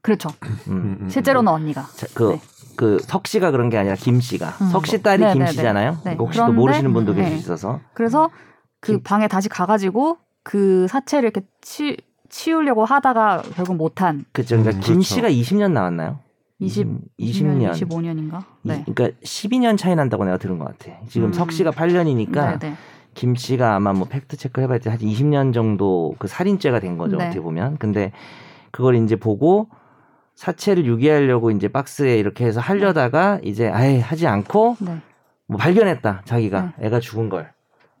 S1: 그렇죠.
S2: 음.
S3: 음, 음,
S1: 실제로는 언니가.
S2: 자, 그,
S1: 네.
S2: 그, 석 씨가 그런 게 아니라 김 씨가.
S4: 음.
S2: 석 씨 딸이
S1: 네,
S2: 김
S1: 네, 네.
S2: 씨잖아요.
S1: 네.
S2: 혹시 또
S1: 그런데-
S2: 모르시는 분도
S1: 음, 네.
S2: 계셔서.
S1: 그래서 그
S2: 김-
S1: 방에 다시 가가지고 그 사체를 이렇게 치, 치우려고 하다가 결국 못한
S2: 그죠. 그러니까
S3: 음,
S2: 김
S3: 그렇죠.
S2: 씨가 20년 나왔나요?
S1: 20,
S2: 음,
S1: 20년,
S2: 20년.
S1: 25년인가? 네.
S2: 이- 그러니까 12년 차이 난다고 내가 들은 것 같아. 지금
S1: 음.
S2: 석 씨가
S1: 네,
S2: 8년이니까
S1: 네.
S2: 김 씨가 아마 뭐 팩트 체크 해봐야 돼. 한 20년 정도 그 살인죄가 된 거죠.
S1: 네.
S2: 어떻게 보면. 근데 그걸 이제 보고 사체를 유기하려고 이제 박스에 이렇게 해서 하려다가 이제 아예 하지 않고
S1: 네.
S2: 뭐 발견했다. 자기가 애가 죽은 걸.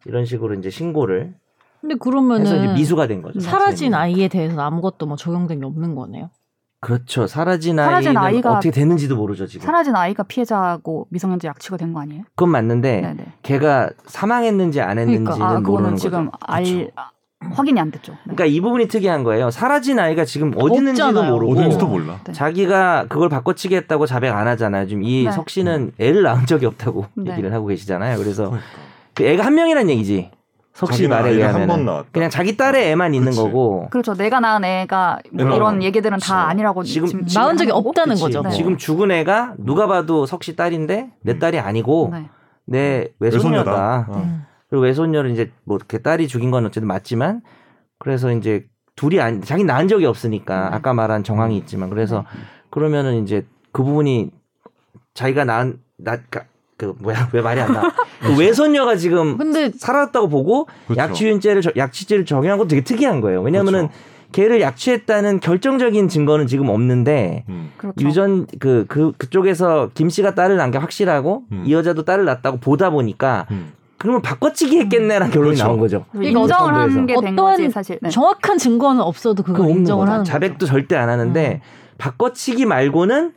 S2: 이런 식으로 이제 신고를
S4: 근데
S2: 해서 이제
S4: 그러면은
S2: 미수가 된 거죠.
S4: 사라진
S2: 사체는.
S4: 아이에 대해서는 아무것도 뭐 적용된 게 없는 거네요.
S2: 그렇죠. 사라진,
S1: 사라진
S2: 아이는
S1: 아이가-
S2: 어떻게 되는지도 모르죠, 지금.
S1: 사라진 아이가 피해자고 미성년자 약취가 된 거 아니에요?
S2: 그건 맞는데
S1: 네, 네.
S2: 걔가 사망했는지 안 했는지는
S1: 그러니까 아,
S2: 모르는
S1: 그거는 지금
S2: 거죠.
S1: 알
S2: 그렇죠.
S1: 아, 확인이 안 됐죠. 네.
S2: 그러니까 이 부분이 특이한 거예요. 사라진 아이가 지금 어디 있는지도
S4: 없잖아요.
S2: 모르고
S3: 어딘지도 몰라.
S1: 네.
S2: 자기가 그걸 바꿔치기 했다고 자백 안 하잖아요. 지금 이
S1: 네.
S2: 석 씨는 애를 낳은 적이 없다고
S1: 네.
S2: 얘기를 하고 계시잖아요. 그래서
S3: 그러니까.
S2: 그 애가 한 명이란 얘기지. 석 씨 말에
S3: 한번
S2: 의하면
S3: 나왔다.
S2: 그냥 자기 딸의 애만 있는
S3: 그치.
S2: 거고
S1: 그렇죠. 내가 낳은 애가 뭐
S3: 애가
S1: 이런
S3: 낳은
S1: 얘기들은
S2: 그렇죠.
S1: 다 아니라고
S2: 지금
S1: 지금
S4: 나온 적이
S1: 하는 거고.
S4: 없다는
S2: 그치.
S4: 거죠. 뭐.
S1: 네.
S2: 지금 죽은 애가 누가 봐도 석 씨 딸인데 내
S3: 음.
S2: 딸이 아니고
S1: 네.
S2: 내
S3: 외손녀다.
S2: 외손녀다.
S3: 어.
S4: 음.
S2: 그리고 외손녀를 이제 뭐 이렇게 딸이 죽인 건 어쨌든 맞지만 그래서 이제 둘이 안 자기 낳은 적이 없으니까
S3: 음.
S1: 네.
S2: 아까 말한 정황이 있지만 그래서 그러면은 이제 그 부분이 자기가 낳은 낳그 뭐야 왜 말이 안 나? 그 외손녀가 지금
S4: 근데
S2: 살았다고 보고
S3: 그 그렇죠.
S2: 약취죄를 저- 약취죄를 적용한 것도 되게 특이한 거예요. 왜냐면은
S3: 그렇죠.
S2: 걔를 약취했다는 결정적인 증거는 지금 없는데
S3: 음.
S1: 그렇죠.
S2: 유전 그 그 그, 쪽에서김 씨가 딸을 낳은 게 확실하고
S3: 음.
S2: 이 여자도 딸을 낳았다고 보다 보니까
S3: 음.
S2: 그러면 바꿔치기 했겠네라는 결론이
S3: 그렇죠.
S2: 나온 거죠.
S1: 그리고 그러니까 인정을 한 게 된
S4: 어떤
S1: 거지 사실. 네.
S4: 정확한 증거는 없어도 그걸
S2: 그거 없는
S4: 인정을
S2: 거죠.
S4: 하는
S2: 자백도 절대 안 하는데 바꿔치기 말고는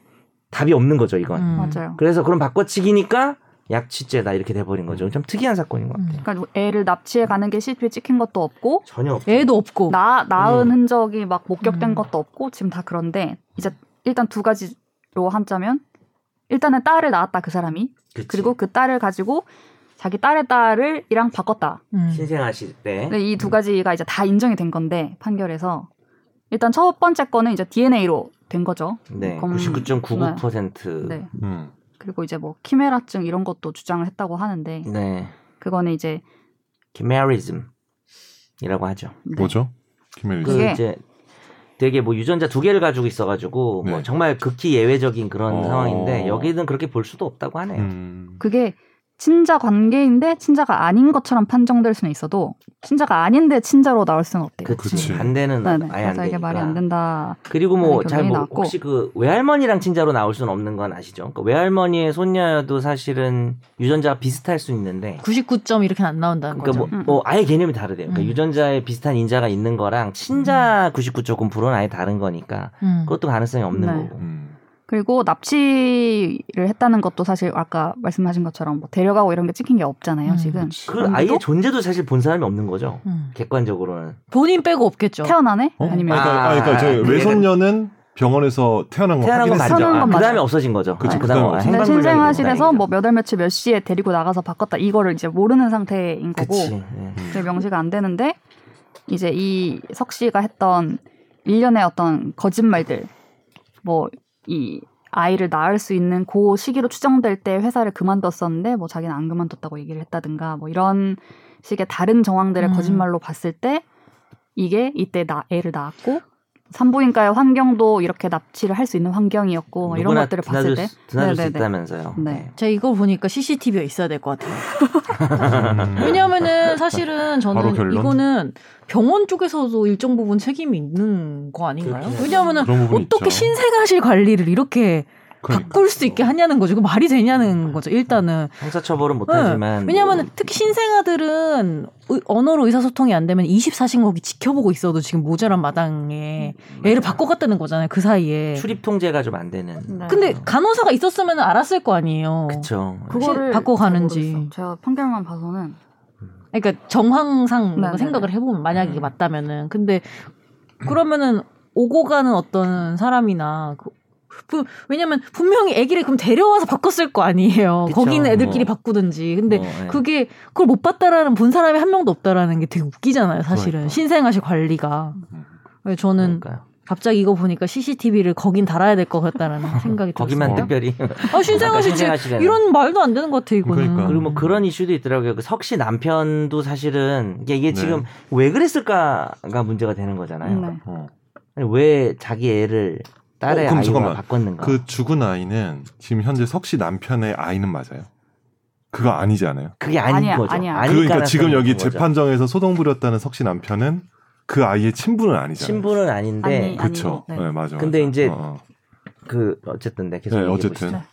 S2: 답이 없는 거죠 이건.
S4: 거죠. 음.
S1: 맞아요.
S2: 그래서 그럼 바꿔치기니까 약취죄다 이렇게 돼버린 거죠. 좀 특이한 사건인 것 같아요.
S4: 음.
S1: 그러니까 애를 납치해 가는 게 CCTV 찍힌 것도 없고
S2: 전혀 없죠.
S4: 애도 없고
S1: 나 낳은
S2: 음.
S1: 흔적이 막 목격된
S4: 음.
S1: 것도 없고 지금 다 그런데 이제 일단 두 가지로 한자면 일단은 딸을 낳았다 그 사람이
S2: 그치.
S1: 그리고 그 딸을 가지고 자기 딸의 딸을 이랑 바꿨다.
S4: 음.
S2: 신생아실 때 네.
S1: 이 두 가지가 이제 다 인정이 된 건데 판결에서 일단 첫 번째 거는 이제 DNA로 된 거죠.
S2: 네,
S1: 검-
S2: 99.99% 네.
S1: 네.
S3: 음.
S1: 그리고 이제 뭐 키메라증 이런 것도 주장을 했다고 하는데
S2: 음. 네.
S1: 그거는 이제
S2: 키메리즘이라고 하죠.
S1: 네.
S3: 뭐죠? 김혜리
S2: 그
S3: 씨.
S1: 그게-
S2: 이제 되게 뭐 유전자 두 개를 가지고 있어가지고 뭐
S3: 네.
S2: 정말 극히 예외적인 그런
S3: 어.
S2: 상황인데 여기는 그렇게 볼 수도 없다고 하네요.
S3: 음.
S1: 그게 친자 관계인데 친자가 아닌 것처럼 판정될 수는 있어도 친자가 아닌데 친자로 나올 수는 없대요.
S2: 그치.
S3: 그치.
S2: 반대는
S1: 네, 네.
S2: 아예 안
S1: 그래서
S2: 되니까.
S1: 이게 말이 안 된다.
S2: 그리고
S1: 하는
S2: 뭐
S1: 경향이
S2: 잘 뭐
S1: 나왔고.
S2: 혹시 그 외할머니랑 친자로 나올 수는 없는 건 아시죠? 그 외할머니의 손녀여도 사실은 유전자가 비슷할 수 있는데
S4: 99점 이렇게 안 나온다는
S2: 그러니까 뭐,
S4: 거죠.
S1: 음.
S2: 뭐 아예 개념이 다르대요. 그러니까
S4: 음.
S2: 유전자에 비슷한 인자가 있는 거랑
S1: 음.
S2: 친자 99.9%는 아예 다른 거니까
S4: 음.
S2: 그것도 가능성이 없는
S1: 네.
S2: 거고.
S3: 음.
S1: 그리고 납치를 했다는 것도 사실 아까 말씀하신 것처럼 뭐 데려가고 이런 게 찍힌 게 없잖아요,
S4: 음,
S1: 지금.
S2: 그 아예 존재도 사실 본 사람이 없는 거죠.
S4: 음.
S2: 객관적으로는.
S4: 본인 빼고 없겠죠.
S1: 태어나네?
S3: 어?
S1: 아니면
S3: 아, 그러니까, 아, 그러니까 저
S2: 아,
S3: 외손녀는 병원에서 태어난 거
S2: 태어난 건
S3: 확인했어요.
S2: 맞죠.
S1: 태어난 건
S2: 그 다음에
S1: 맞아요.
S2: 없어진 거죠.
S3: 그쵸,
S2: 뭐 그다음에
S3: 그다음에
S1: 근데
S2: 아, 행방불명이
S1: 신생아실에서
S2: 됐다는
S1: 뭐 몇 월 며칠 몇 시에 데리고 나가서 바꿨다 이거를 이제 모르는 상태인
S2: 거죠.
S1: 거고
S2: 그치. 예.
S1: 그게
S3: 음.
S1: 명시가 안 되는데 이제 이 석 씨가 했던 일련의 어떤 거짓말들 뭐 이 아이를 낳을 수 있는 그 시기로 추정될 때 회사를 그만뒀었는데 뭐 자기는 안 그만뒀다고 얘기를 했다든가 뭐 이런 식의 다른 정황들의
S4: 음.
S1: 거짓말로 봤을 때 이게 이때 나 애를 낳았고 산부인과의 환경도 이렇게 납치를 할 수 있는 환경이었고 뭐 이런
S2: 누구나
S1: 것들을 봤을
S2: 드나들
S1: 때
S2: 수- 드나들 수
S1: 네네네.
S2: 있다면서요.
S1: 네.
S2: 예.
S4: 제가 이걸 보니까 CCTV가 있어야 될 것 같아요.
S3: 음.
S4: 왜냐하면은 사실은
S3: 바로
S4: 저는
S3: 결론?
S4: 이거는 병원 쪽에서도 일정 부분 책임이 있는 거 아닌가요?
S2: 그렇긴 해요.
S4: 왜냐하면은
S3: 그런 부분
S4: 어떻게
S3: 있죠.
S4: 신생아실 관리를 이렇게
S3: 그러니까.
S4: 바꿀 수 있게 하냐는 거죠. 이거 말이 되냐는 거죠. 일단은
S2: 형사처벌은 못하지만.
S4: 네. 왜냐하면
S2: 뭐
S4: 특히 신생아들은 의- 언어로 의사소통이 안 되면 24신곡이 지켜보고 있어도 지금 모자란 마당에 애를 바꿔갔다는 거잖아요. 그 사이에.
S2: 음. 뭐 출입 통제가 좀 안 되는.
S1: 네.
S4: 근데 간호사가 있었으면 알았을 거 아니에요.
S2: 그쵸.
S1: 그거를
S4: 바꿔
S1: 잘
S4: 가는지.
S1: 모르겠어요. 제가 판결만 봐서는
S4: 그러니까 정황상 뭔가
S1: 네네네.
S4: 생각을 해보면 만약 이게
S2: 음.
S4: 맞다면은 근데 그러면은 오고 가는 어떤 사람이나 그 부- 왜냐면 분명히 아기를 그럼 데려와서 바꿨을 거 아니에요.
S2: 그쵸.
S4: 거기는 애들끼리
S2: 뭐.
S4: 바꾸든지. 근데
S2: 뭐, 예.
S4: 그게 그걸 못 봤다라는 본 사람이 한 명도 없다라는 게 되게 웃기잖아요. 사실은
S3: 그러니까.
S4: 신생아실 관리가.
S3: 음.
S4: 왜 저는
S2: 그러니까요.
S4: 갑자기 이거 보니까 CCTV를 거긴 달아야 될 것 같다라는 생각이
S2: 거기만
S4: 들었어요.
S2: 특별히
S4: 아 신생아실
S2: 약간
S4: 지금
S2: 신생아실에는.
S4: 이런 말도 안 되는 것 같아 이거는.
S3: 그러니까.
S2: 그리고 뭐 그런 이슈도 있더라고요. 그 석씨 남편도 사실은 이게, 이게
S3: 네.
S2: 지금 왜 그랬을까가 문제가 되는 거잖아요.
S1: 네.
S3: 어.
S2: 아니, 왜 자기 애를
S3: 어,
S2: 딸의
S3: 그럼
S2: 아이와
S3: 잠깐만.
S2: 바꿨는가?
S3: 그 죽은 아이는 지금 현재 석씨 남편의 아이는 맞아요. 그거 아니지 않아요?
S2: 그게 아닌
S1: 아니야,
S2: 거죠.
S1: 아니야.
S2: 아닐
S3: 그러니까
S2: 가능성이
S3: 지금 여기
S2: 있는 거죠.
S3: 재판정에서 소동 부렸다는 석씨 남편은 그 아이의 친분은 아니잖아요.
S2: 신분은 아닌데
S1: 아니, 아니.
S3: 그렇죠.
S1: 네.
S3: 네. 맞아.
S2: 근데
S3: 맞아.
S2: 이제
S3: 어,
S2: 그 어쨌든 네, 계속
S3: 네,
S2: 얘기해
S3: 어쨌든.
S2: 보시죠.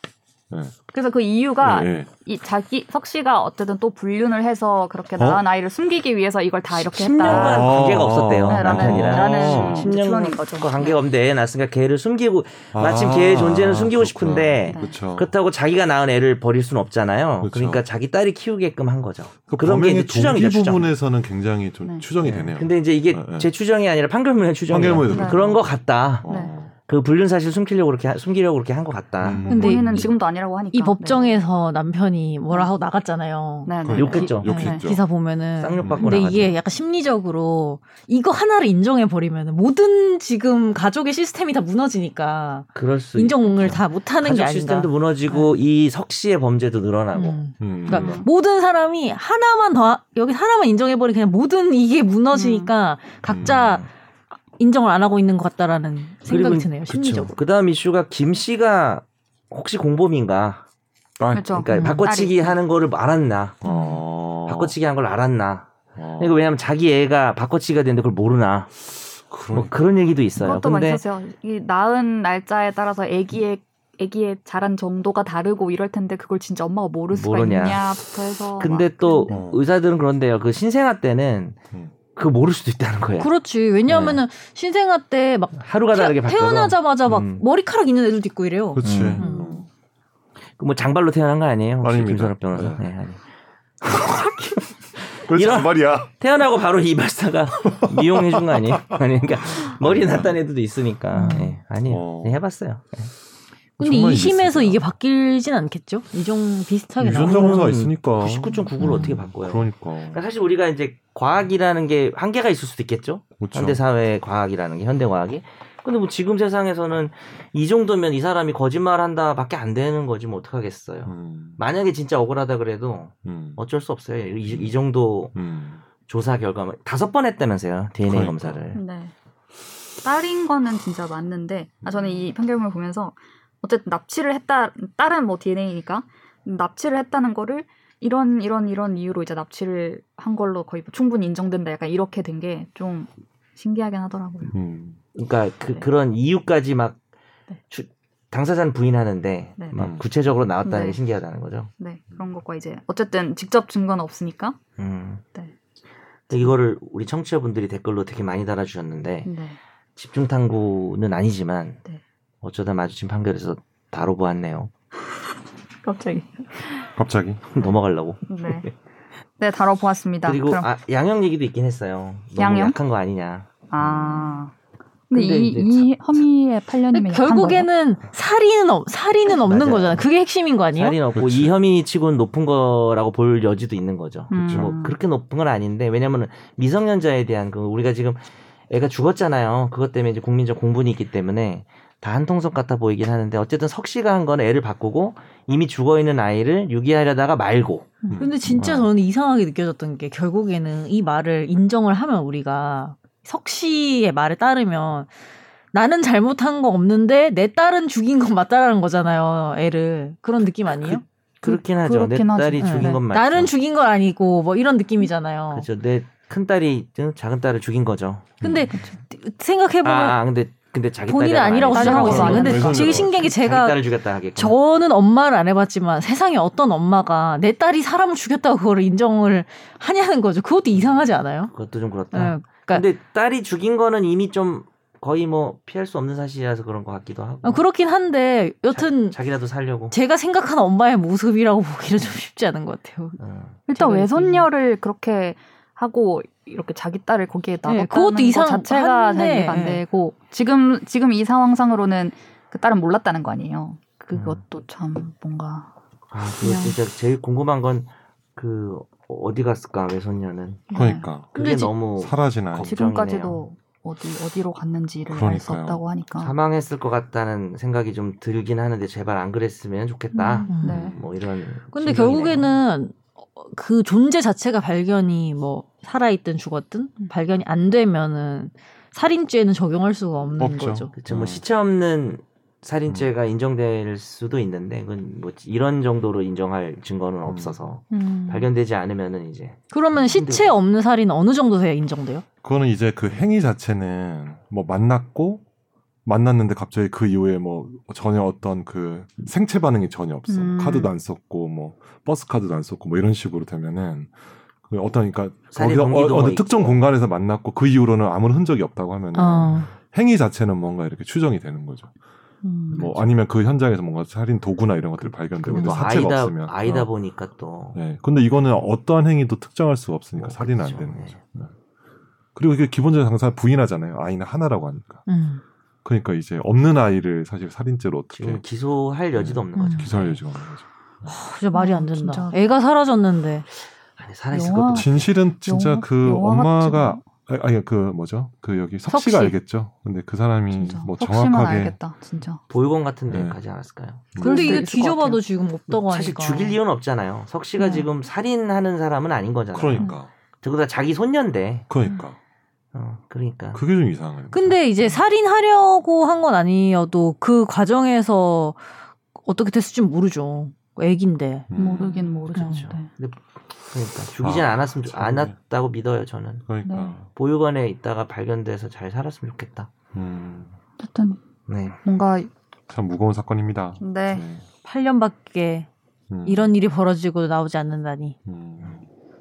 S1: 그래서 그 이유가
S3: 예, 예.
S1: 이 자기 석 씨가 어쨌든 또 불륜을 해서 그렇게
S3: 어?
S1: 낳은 아이를 숨기기 위해서 이걸 다 이렇게
S2: 10년간
S1: 했다.
S3: 아.
S2: 관계가 없었대요.
S1: 네, 라는-
S2: 남편이랑.
S1: 라는
S3: 어.
S1: 추론인
S2: 10년간 그
S1: 거죠.
S2: 관계가 없는데 애 낳았으니까 걔를 숨기고
S3: 아,
S2: 마침 걔의 존재는 숨기고
S3: 그렇구나.
S2: 싶은데
S1: 네.
S3: 그렇죠.
S2: 그렇다고 자기가 낳은 애를 버릴 수는 없잖아요.
S3: 그렇죠.
S2: 그러니까 자기 딸이 키우게끔 한 거죠.
S3: 그
S2: 그런 게 이제
S3: 범행의
S2: 추정이죠.
S3: 동기
S2: 추정.
S3: 부분에서는 굉장히 좀
S1: 네.
S3: 추정이
S2: 네.
S3: 되네요.
S2: 근데 이제 이게
S3: 네, 네.
S2: 제 추정이 아니라 판결문의 추정이에요.
S3: 판결문에도
S1: 네.
S2: 그런 거 같다.
S3: 어.
S1: 네.
S2: 그 불륜 사실 숨기려고 그렇게 하- 숨기려고 그렇게 한 것 같다.
S3: 음.
S4: 근데
S1: 본인은
S4: 이-
S1: 지금도 아니라고 하니까.
S4: 이 법정에서 남편이 뭐라 하고 나갔잖아요.
S1: 네. 네, 네.
S3: 그러니까.
S2: 욕했죠.
S4: 기- 네,
S3: 욕했죠.
S4: 기사 보면은.
S2: 쌍욕 받고
S4: 근데
S2: 나가죠.
S4: 이게 약간 심리적으로 이거 하나를 인정해 버리면 모든 지금 가족의 시스템이 다 무너지니까
S2: 그럴 수
S4: 인정을
S2: 있죠.
S4: 다 못하는
S2: 가족
S4: 게 아닌가.
S2: 시스템도 무너지고 이 석씨의 범죄도 늘어나고
S4: 음.
S3: 음.
S4: 그러니까
S1: 음.
S4: 모든 사람이 하나만 더 여기 하나만 인정해 버리 그냥 모든 이게 무너지니까 각자 인정을 안 하고 있는 것 같다라는 생각이
S2: 그리고
S4: 드네요.
S3: 그쵸.
S4: 심리적으로.
S2: 그다음 이슈가 김 씨가 혹시 공범인가?
S3: 아,
S1: 그렇죠.
S2: 그러니까
S4: 음.
S2: 바꿔치기 하는 거를 알았나?
S3: 어.
S2: 바꿔치기 한 걸 알았나?
S3: 어.
S2: 그러니까 왜냐면 자기 애가 바꿔치기가 되는데 그걸 모르나? 뭐
S3: 그러니까.
S2: 그런 얘기도 있어요.
S1: 그것도 많이
S2: 근데
S1: 썼어요. 이 낳은 날짜에 따라서 아기의 아기의 자란 정도가 다르고 이럴 텐데 그걸 진짜 엄마가 모를 수가
S2: 모르냐.
S1: 있냐부터 해서
S2: 근데 또
S3: 그런데.
S2: 의사들은 그런데요. 그 신생아 때는
S3: 음.
S2: 그 모를 수도 있다는 거예요.
S4: 그렇지. 왜냐하면은 신생아 때 막
S2: 하루가 다르게 바뀌어서
S4: 태어나자마자 막
S2: 음.
S4: 머리카락 있는 애들도 있고 이래요.
S3: 그렇지.
S2: 음. 뭐 장발로 태어난 거 아니에요? 혹시
S3: 아닙니다.
S2: 김선욱 변호사.
S3: 네.
S2: 네, 아니.
S3: 그렇지
S2: 이런-
S3: 그 말이야.
S2: 태어나고 바로 이발사가 미용해 준 거 아니에요? 아니 그러니까 머리 났다는 애들도 있으니까. 예, 아니에요.
S3: 어.
S2: 네, 해봤어요.
S4: 근데
S3: 정말
S4: 이 심에서
S3: 있습니다.
S4: 이게 바뀌진 않겠죠? 이정 비슷하게 나와.
S3: 유전자 검사가 있으니까. 음.
S2: 99.9를 어떻게 바꿔요? 그러니까
S3: 그러니까.
S2: 사실 우리가 이제 과학이라는 게 한계가 있을 수도 있겠죠.
S3: 그렇죠.
S2: 현대 사회 과학이라는 게 현대 과학이. 근데 뭐 지금 세상에서는 이 정도면 이 사람이 거짓말한다밖에 안 되는 거지 뭐 어떡하겠어요.
S3: 음.
S2: 만약에 진짜 억울하다 그래도
S3: 음.
S2: 어쩔 수 없어요. 이, 이 정도
S3: 음.
S2: 조사 결과 다섯 번 했다면서요 DNA
S3: 그러니까.
S2: 검사를.
S1: 네. 딸인 거는 진짜 맞는데 아, 저는 이 판결문을 보면서 어쨌든 납치를 했다 딸은 뭐 DNA니까 납치를 했다는 거를 이런 이런 이런 이유로 이제 납치를 한 걸로 거의 뭐 충분히 인정된다 약간 이렇게 된 게 좀 신기하긴 하더라고요.
S3: 음.
S2: 그러니까 그,
S1: 네.
S2: 그런 이유까지 막
S1: 네.
S2: 주- 당사자는 부인하는데
S1: 네.
S2: 막
S3: 음.
S2: 구체적으로 나왔다는
S1: 네.
S2: 게 신기하다는 거죠.
S1: 네 그런 것과 이제 어쨌든 직접 증거는 없으니까
S2: 음.
S1: 네.
S2: 근데 이거를 우리 청취자분들이 댓글로 되게 많이 달아주셨는데
S1: 네.
S2: 집중 탐구는 아니지만
S1: 네.
S2: 어쩌다 마주친 판결에서 다뤄 보았네요.
S1: 갑자기
S3: 갑자기.
S2: 넘어가려고.
S1: 네. 네 다뤄보았습니다.
S2: 그리고
S1: 그럼
S2: 아, 양형 얘기도 있긴 했어요. 너무
S1: 양형?
S2: 약한 거 아니냐.
S1: 아. 근데,
S2: 근데
S1: 이,
S2: 이제
S1: 이 혐의의 8년이면
S4: 근데 결국에는 살인은 없, 살인은 없는
S2: 맞아요.
S4: 거잖아. 그게 핵심인 거 아니에요?
S2: 살인 없고
S3: 그치.
S2: 이 혐의 치고는 높은 거라고 볼 여지도 있는 거죠.
S1: 그쵸.
S2: 뭐 그렇게 높은 건 아닌데 왜냐면은 미성년자에 대한 그 우리가 지금 애가 죽었잖아요. 그것 때문에 이제 국민적 공분이 있기 때문에 다 한 통속 같아 보이긴 하는데 어쨌든 석 씨가 한 건 애를 바꾸고 이미 죽어 있는 아이를 유기하려다가 말고
S4: 근데 진짜
S2: 음.
S4: 저는 이상하게 느껴졌던 게 결국에는 이 말을 인정을 하면 우리가 석 씨의 말에 따르면 나는 잘못한 거 없는데 내 딸은 죽인 건 맞다라는 거잖아요. 애를 그런 느낌 아니에요?
S2: 그렇긴 하죠. 내
S1: 그렇긴 하죠.
S2: 딸이
S1: 네,
S2: 죽인
S4: 네.
S2: 건 맞죠.
S4: 나는 죽인 건 아니고 뭐 이런 느낌이잖아요.
S2: 그렇죠. 내큰 딸이 작은 딸을 죽인 거죠. 음.
S4: 근데 생각해
S2: 아,
S4: 보면
S2: 아, 근데 근데 자기
S4: 본인은
S2: 딸이라고
S4: 아니라고
S2: 안 했죠.
S1: 자기
S4: 주장하고 있어요.
S1: 딸은
S4: 근데
S3: 아니라고
S4: 되게 신기한 게
S2: 자기
S4: 제가
S2: 딸을 죽였다 하겠고.
S4: 저는 엄마를 안 해봤지만 세상에 어떤 엄마가 내 딸이 사람을 죽였다고 그걸 인정을 하냐는 거죠. 그것도 이상하지 않아요?
S2: 그것도 좀 그렇다.
S4: 예, 그러니까
S2: 근데 딸이 죽인 거는 이미 좀 거의 뭐 피할 수 없는 사실이라서 그런 것 같기도 하고.
S4: 아, 그렇긴 한데 여튼
S2: 자, 기라도 살려고.
S4: 제가 생각한 엄마의 모습이라고 보기는 좀 쉽지 않은 것 같아요.
S2: 어.
S1: 일단
S4: 제가
S1: 외손녀를 그렇게 하고 이렇게 자기 딸을 거기에 나갔다는
S4: 그것도
S1: 것
S4: 이상-
S1: 자체가 잘
S4: 한데,
S1: 이해가 안
S4: 네.
S1: 되고 지금 지금 이 상황상으로는 그 딸은 몰랐다는 거 아니에요. 그것도 참 뭔가
S2: 아, 그거 진짜 제일 궁금한 건 그 어디 갔을까 외손녀는
S1: 네.
S3: 그러니까
S4: 근데
S2: 그게
S4: 지-
S2: 너무
S3: 사라지나
S2: 뭐 걱정이네요.
S1: 아, 지금까지도 어디 어디로 갔는지를 알 수
S3: 그러니까요.
S1: 없다고
S4: 어.
S1: 하니까
S2: 사망했을 것 같다는 생각이 좀 들긴 하는데 제발 안 그랬으면 좋겠다.
S1: 음,
S4: 음.
S1: 네.
S2: 뭐 이런.
S4: 근데
S2: 심정이네요.
S4: 결국에는 어, 그 존재 자체가 발견이 뭐 살아있든 죽었든
S1: 음.
S4: 발견이 안 되면은 살인죄는 적용할 수가 없는
S3: 없죠.
S4: 거죠.
S2: 그쵸, 뭐
S3: 음.
S2: 시체 없는 살인죄가 인정될 수도 있는데 그건 뭐 이런 정도로 인정할 증거는
S3: 음.
S2: 없어서
S4: 음.
S2: 발견되지 않으면은 이제
S4: 그러면 시체
S1: 뭐
S4: 없는 살인 어느 정도에야 인정돼요?
S3: 그거는 이제 그 행위 자체는 뭐 만났고 만났는데 갑자기 그 이후에 뭐 전혀 어떤 그 생체 반응이 전혀 없어
S4: 음.
S3: 카드도 안 썼고 뭐 버스 카드도 안 썼고 뭐 이런 식으로 되면은 그 어떤 그러니까
S2: 살해
S3: 거기서
S2: 동기도
S3: 어, 어느
S2: 있고.
S3: 특정 공간에서 만났고 그 이후로는 아무런 흔적이 없다고
S1: 네.
S3: 하면은
S4: 어.
S3: 행위 자체는 뭔가 이렇게 추정이 되는 거죠.
S4: 음.
S3: 뭐 아니면 그 현장에서 뭔가 살인 도구나 이런 것들이 발견되고 근데
S2: 그렇죠. 뭐
S3: 사체가
S2: 아이다
S3: 없으면
S2: 아이다
S3: 어.
S2: 보니까 또
S3: 네. 근데 이거는 어떠한 행위도 특정할 수가 없으니까
S2: 어,
S3: 살인은
S2: 그렇죠.
S3: 안 되는
S2: 네.
S3: 거죠. 네. 그리고 이게 기본적인 당사 부인하잖아요. 아이는 하나라고 하니까.
S4: 음.
S3: 그러니까 이제 없는 아이를 사실 살인죄로
S2: 지금
S3: 어떻게
S2: 기소할 여지도
S3: 네.
S2: 없는
S4: 음.
S2: 거죠.
S3: 기사를 요지가 없는 거죠.
S4: 하, 아, 진짜 말이 안
S1: 어,
S4: 된다.
S1: 진짜.
S4: 애가 사라졌는데.
S2: 아니 살아있을
S1: 영화-
S2: 것도
S3: 진실은 진짜
S1: 영화-
S3: 그
S1: 영화
S3: 엄마가
S1: 같지만
S3: 아, 아니 그 뭐죠? 그 여기 석씨가
S4: 석씨.
S3: 알겠죠. 근데 그 사람이
S1: 진짜
S3: 뭐
S1: 석시만
S3: 정확하게
S1: 알겠다 진짜
S2: 보육원 같은 데
S3: 네.
S2: 가지 않았을까요?
S1: 그럴 수도
S4: 근데 이게
S1: 있을 것 같아요. 음.
S4: 뒤져봐도 지금 없다고 하니까.
S2: 사실 죽일 이유는 없잖아요. 석 씨가
S1: 네.
S2: 지금 살인하는 사람은 아닌 거잖아요.
S3: 그러니까
S1: 음.
S2: 저보다 자기 손녀인데.
S3: 그러니까
S2: 어, 그러니까.
S3: 그게 좀 이상해요.
S4: 근데 이제 살인하려고 한 건 아니어도 그 과정에서 어떻게 됐을지 모르죠. 애긴데.
S3: 음.
S1: 모르긴 모르겠죠. 네.
S4: 그렇죠.
S2: 그러니까 죽이진
S3: 아,
S2: 않았으면 좋-
S3: 참.
S2: 않았다고 믿어요 저는.
S3: 그러니까
S1: 네.
S2: 보육원에 있다가 발견돼서 잘 살았으면 좋겠다.
S3: 음,
S1: 어쨌든
S2: 네.
S1: 뭔가
S3: 참 무거운 사건입니다.
S1: 네
S4: 8년밖에
S3: 음,
S4: 이런 일이 벌어지고 나오지 않는다니. 그러니까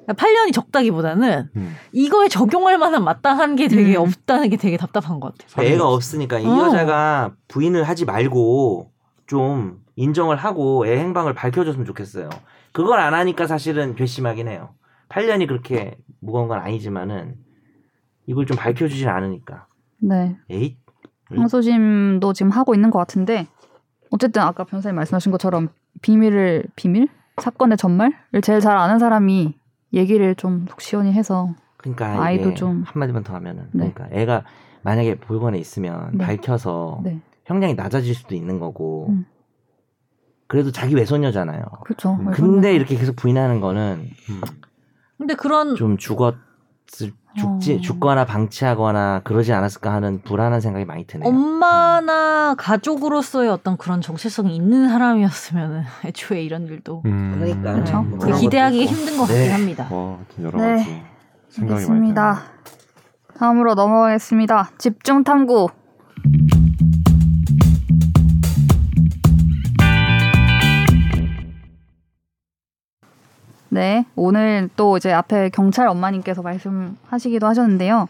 S3: 음,
S4: 8년이 적다기보다는
S3: 음.
S4: 이거에 적용할 만한 마땅한 게 되게
S1: 음.
S4: 없다는 게 되게 답답한 것 같아요.
S3: 살인-
S2: 애가 없으니까 이
S4: 어.
S2: 여자가 부인을 하지 말고 좀 인정을 하고 애 행방을 밝혀줬으면 좋겠어요. 그걸 안 하니까 사실은 괘씸하긴 해요. 8년이 그렇게 무거운 건 아니지만은 이걸 좀 밝혀주진 않으니까.
S1: 네
S2: 에이
S1: 항소심도 지금 하고 있는 것 같은데 어쨌든 아까 변호사님 말씀하신 것처럼 비밀을 비밀 사건의 전말을 제일 잘 아는 사람이 얘기를 좀 속 시원히 해서
S2: 그러니까
S1: 아이도
S2: 이게
S1: 좀-
S2: 한마디만 더 하면은
S1: 네.
S2: 그러니까 애가 만약에 보육원에 있으면
S1: 네.
S2: 밝혀서
S1: 네
S2: 형량이 낮아질 수도 있는 거고
S1: 음.
S2: 그래도 자기 외손녀잖아요.
S1: 그렇죠.
S3: 음.
S2: 근데 이렇게 계속 부인하는 거는
S3: 음.
S4: 근데 그런
S2: 좀 죽었 죽지
S1: 어.
S2: 죽거나 방치하거나 그러지 않았을까 하는 불안한 생각이 많이 드네요.
S4: 엄마나 가족으로서의 어떤 그런 정체성이 있는 사람이었으면 애초에 이런 일도
S3: 음.
S2: 그러니까.
S4: 그렇죠.
S2: 뭐
S4: 되게
S2: 그런
S4: 기대하기
S2: 것도 있고.
S4: 힘든 것
S2: 네.
S4: 같긴 합니다.
S3: 어, 하여튼 여러
S1: 네.
S3: 가지 생각이
S1: 알겠습니다.
S3: 많이
S1: 다음으로 넘어가겠습니다. 집중 탐구. 네, 오늘 또 이제 앞에 경찰 엄마님께서 말씀하시기도 하셨는데요.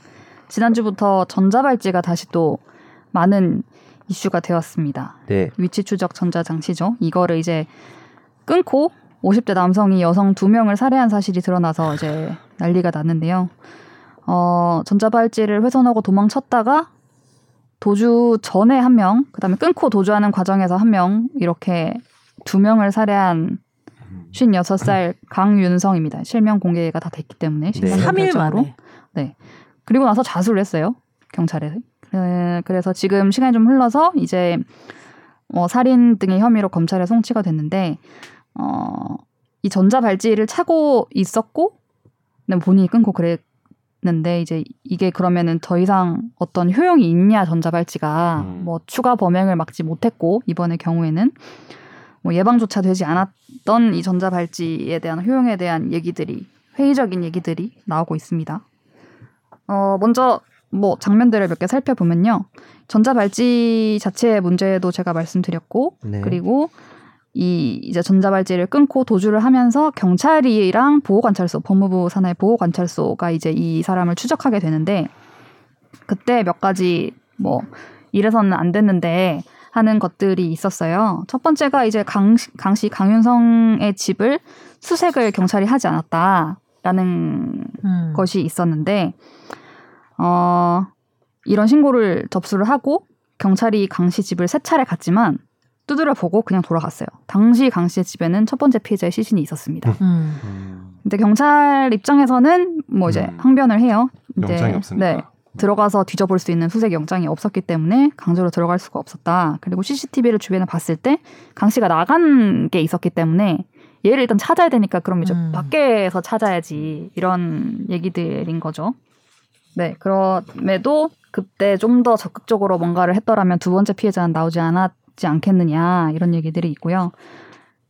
S1: 지난주부터 전자발찌가 다시 또 많은 이슈가 되었습니다.
S2: 네.
S1: 위치 추적 전자장치죠. 이거를 이제 끊고 50대 남성이 여성 두 명을 살해한 사실이 드러나서 이제 난리가 났는데요. 어, 전자발찌를 훼손하고 도망쳤다가 도주 전에 한 명, 그다음에 끊고 도주하는 과정에서 한 명 이렇게 두 명을 살해한
S3: 드네요.
S1: 56살 강윤성입니다. 실명 공개가 다 됐기 때문에
S2: 네.
S1: 실명
S4: 3일
S1: 결정으로.
S4: 만에.
S1: 그리고 나서 자수를 했어요 경찰에 에, 그래서 지금 시간이 좀 흘러서 이제 어, 살인 등의 혐의로 검찰에 송치가 됐는데 어, 이 전자발찌를 차고 있었고 근데 본인이 끊고 그랬는데 이제 이게 그러면은 더 이상 어떤 효용이 있냐 전자발찌가
S3: 음.
S1: 뭐 추가 범행을 막지 못했고 이번의 경우에는 뭐 예방조차 되지 않았던 이 전자발찌에 대한 효용에 대한 얘기들이 회의적인 얘기들이 나오고 있습니다. 어, 먼저 뭐 장면들을 몇 개 살펴보면요. 전자발찌 자체의 문제도 제가 말씀드렸고
S2: 네.
S1: 그리고 이 이제 전자발찌를 끊고 도주를 하면서 경찰이랑 보호관찰소 법무부 산하의 보호관찰소가 이제 이 사람을 추적하게 되는데 그때 몇 가지 뭐 이래서는 안 됐는데 하는 것들이 있었어요. 첫 번째가 이제 강씨, 강씨 강윤성의 집을 수색을 경찰이 하지 않았다라는
S4: 음.
S1: 것이 있었는데 어, 이런 신고를 접수를 하고 경찰이 강 씨 집을 세 차례 갔지만 두드려보고 그냥 돌아갔어요. 당시 강 씨의 집에는 첫 번째 피해자의 시신이 있었습니다.
S4: 음.
S3: 음,
S1: 근데 경찰 입장에서는 뭐 이제
S3: 음.
S1: 항변을 해요. 이제,
S3: 영장이 없으니까.
S1: 네, 들어가서 뒤져볼 수 있는 수색 영장이 없었기 때문에 강제로 들어갈 수가 없었다. 그리고 CCTV를 주변에 봤을 때 강 씨가 나간 게 있었기 때문에 얘를 일단 찾아야 되니까 그럼 이제
S4: 음.
S1: 밖에서 찾아야지 이런 얘기들인 거죠. 네, 그럼에도 그때 좀 더 적극적으로 뭔가를 했더라면 두 번째 피해자는 나오지 않았지 않겠느냐 이런 얘기들이 있고요.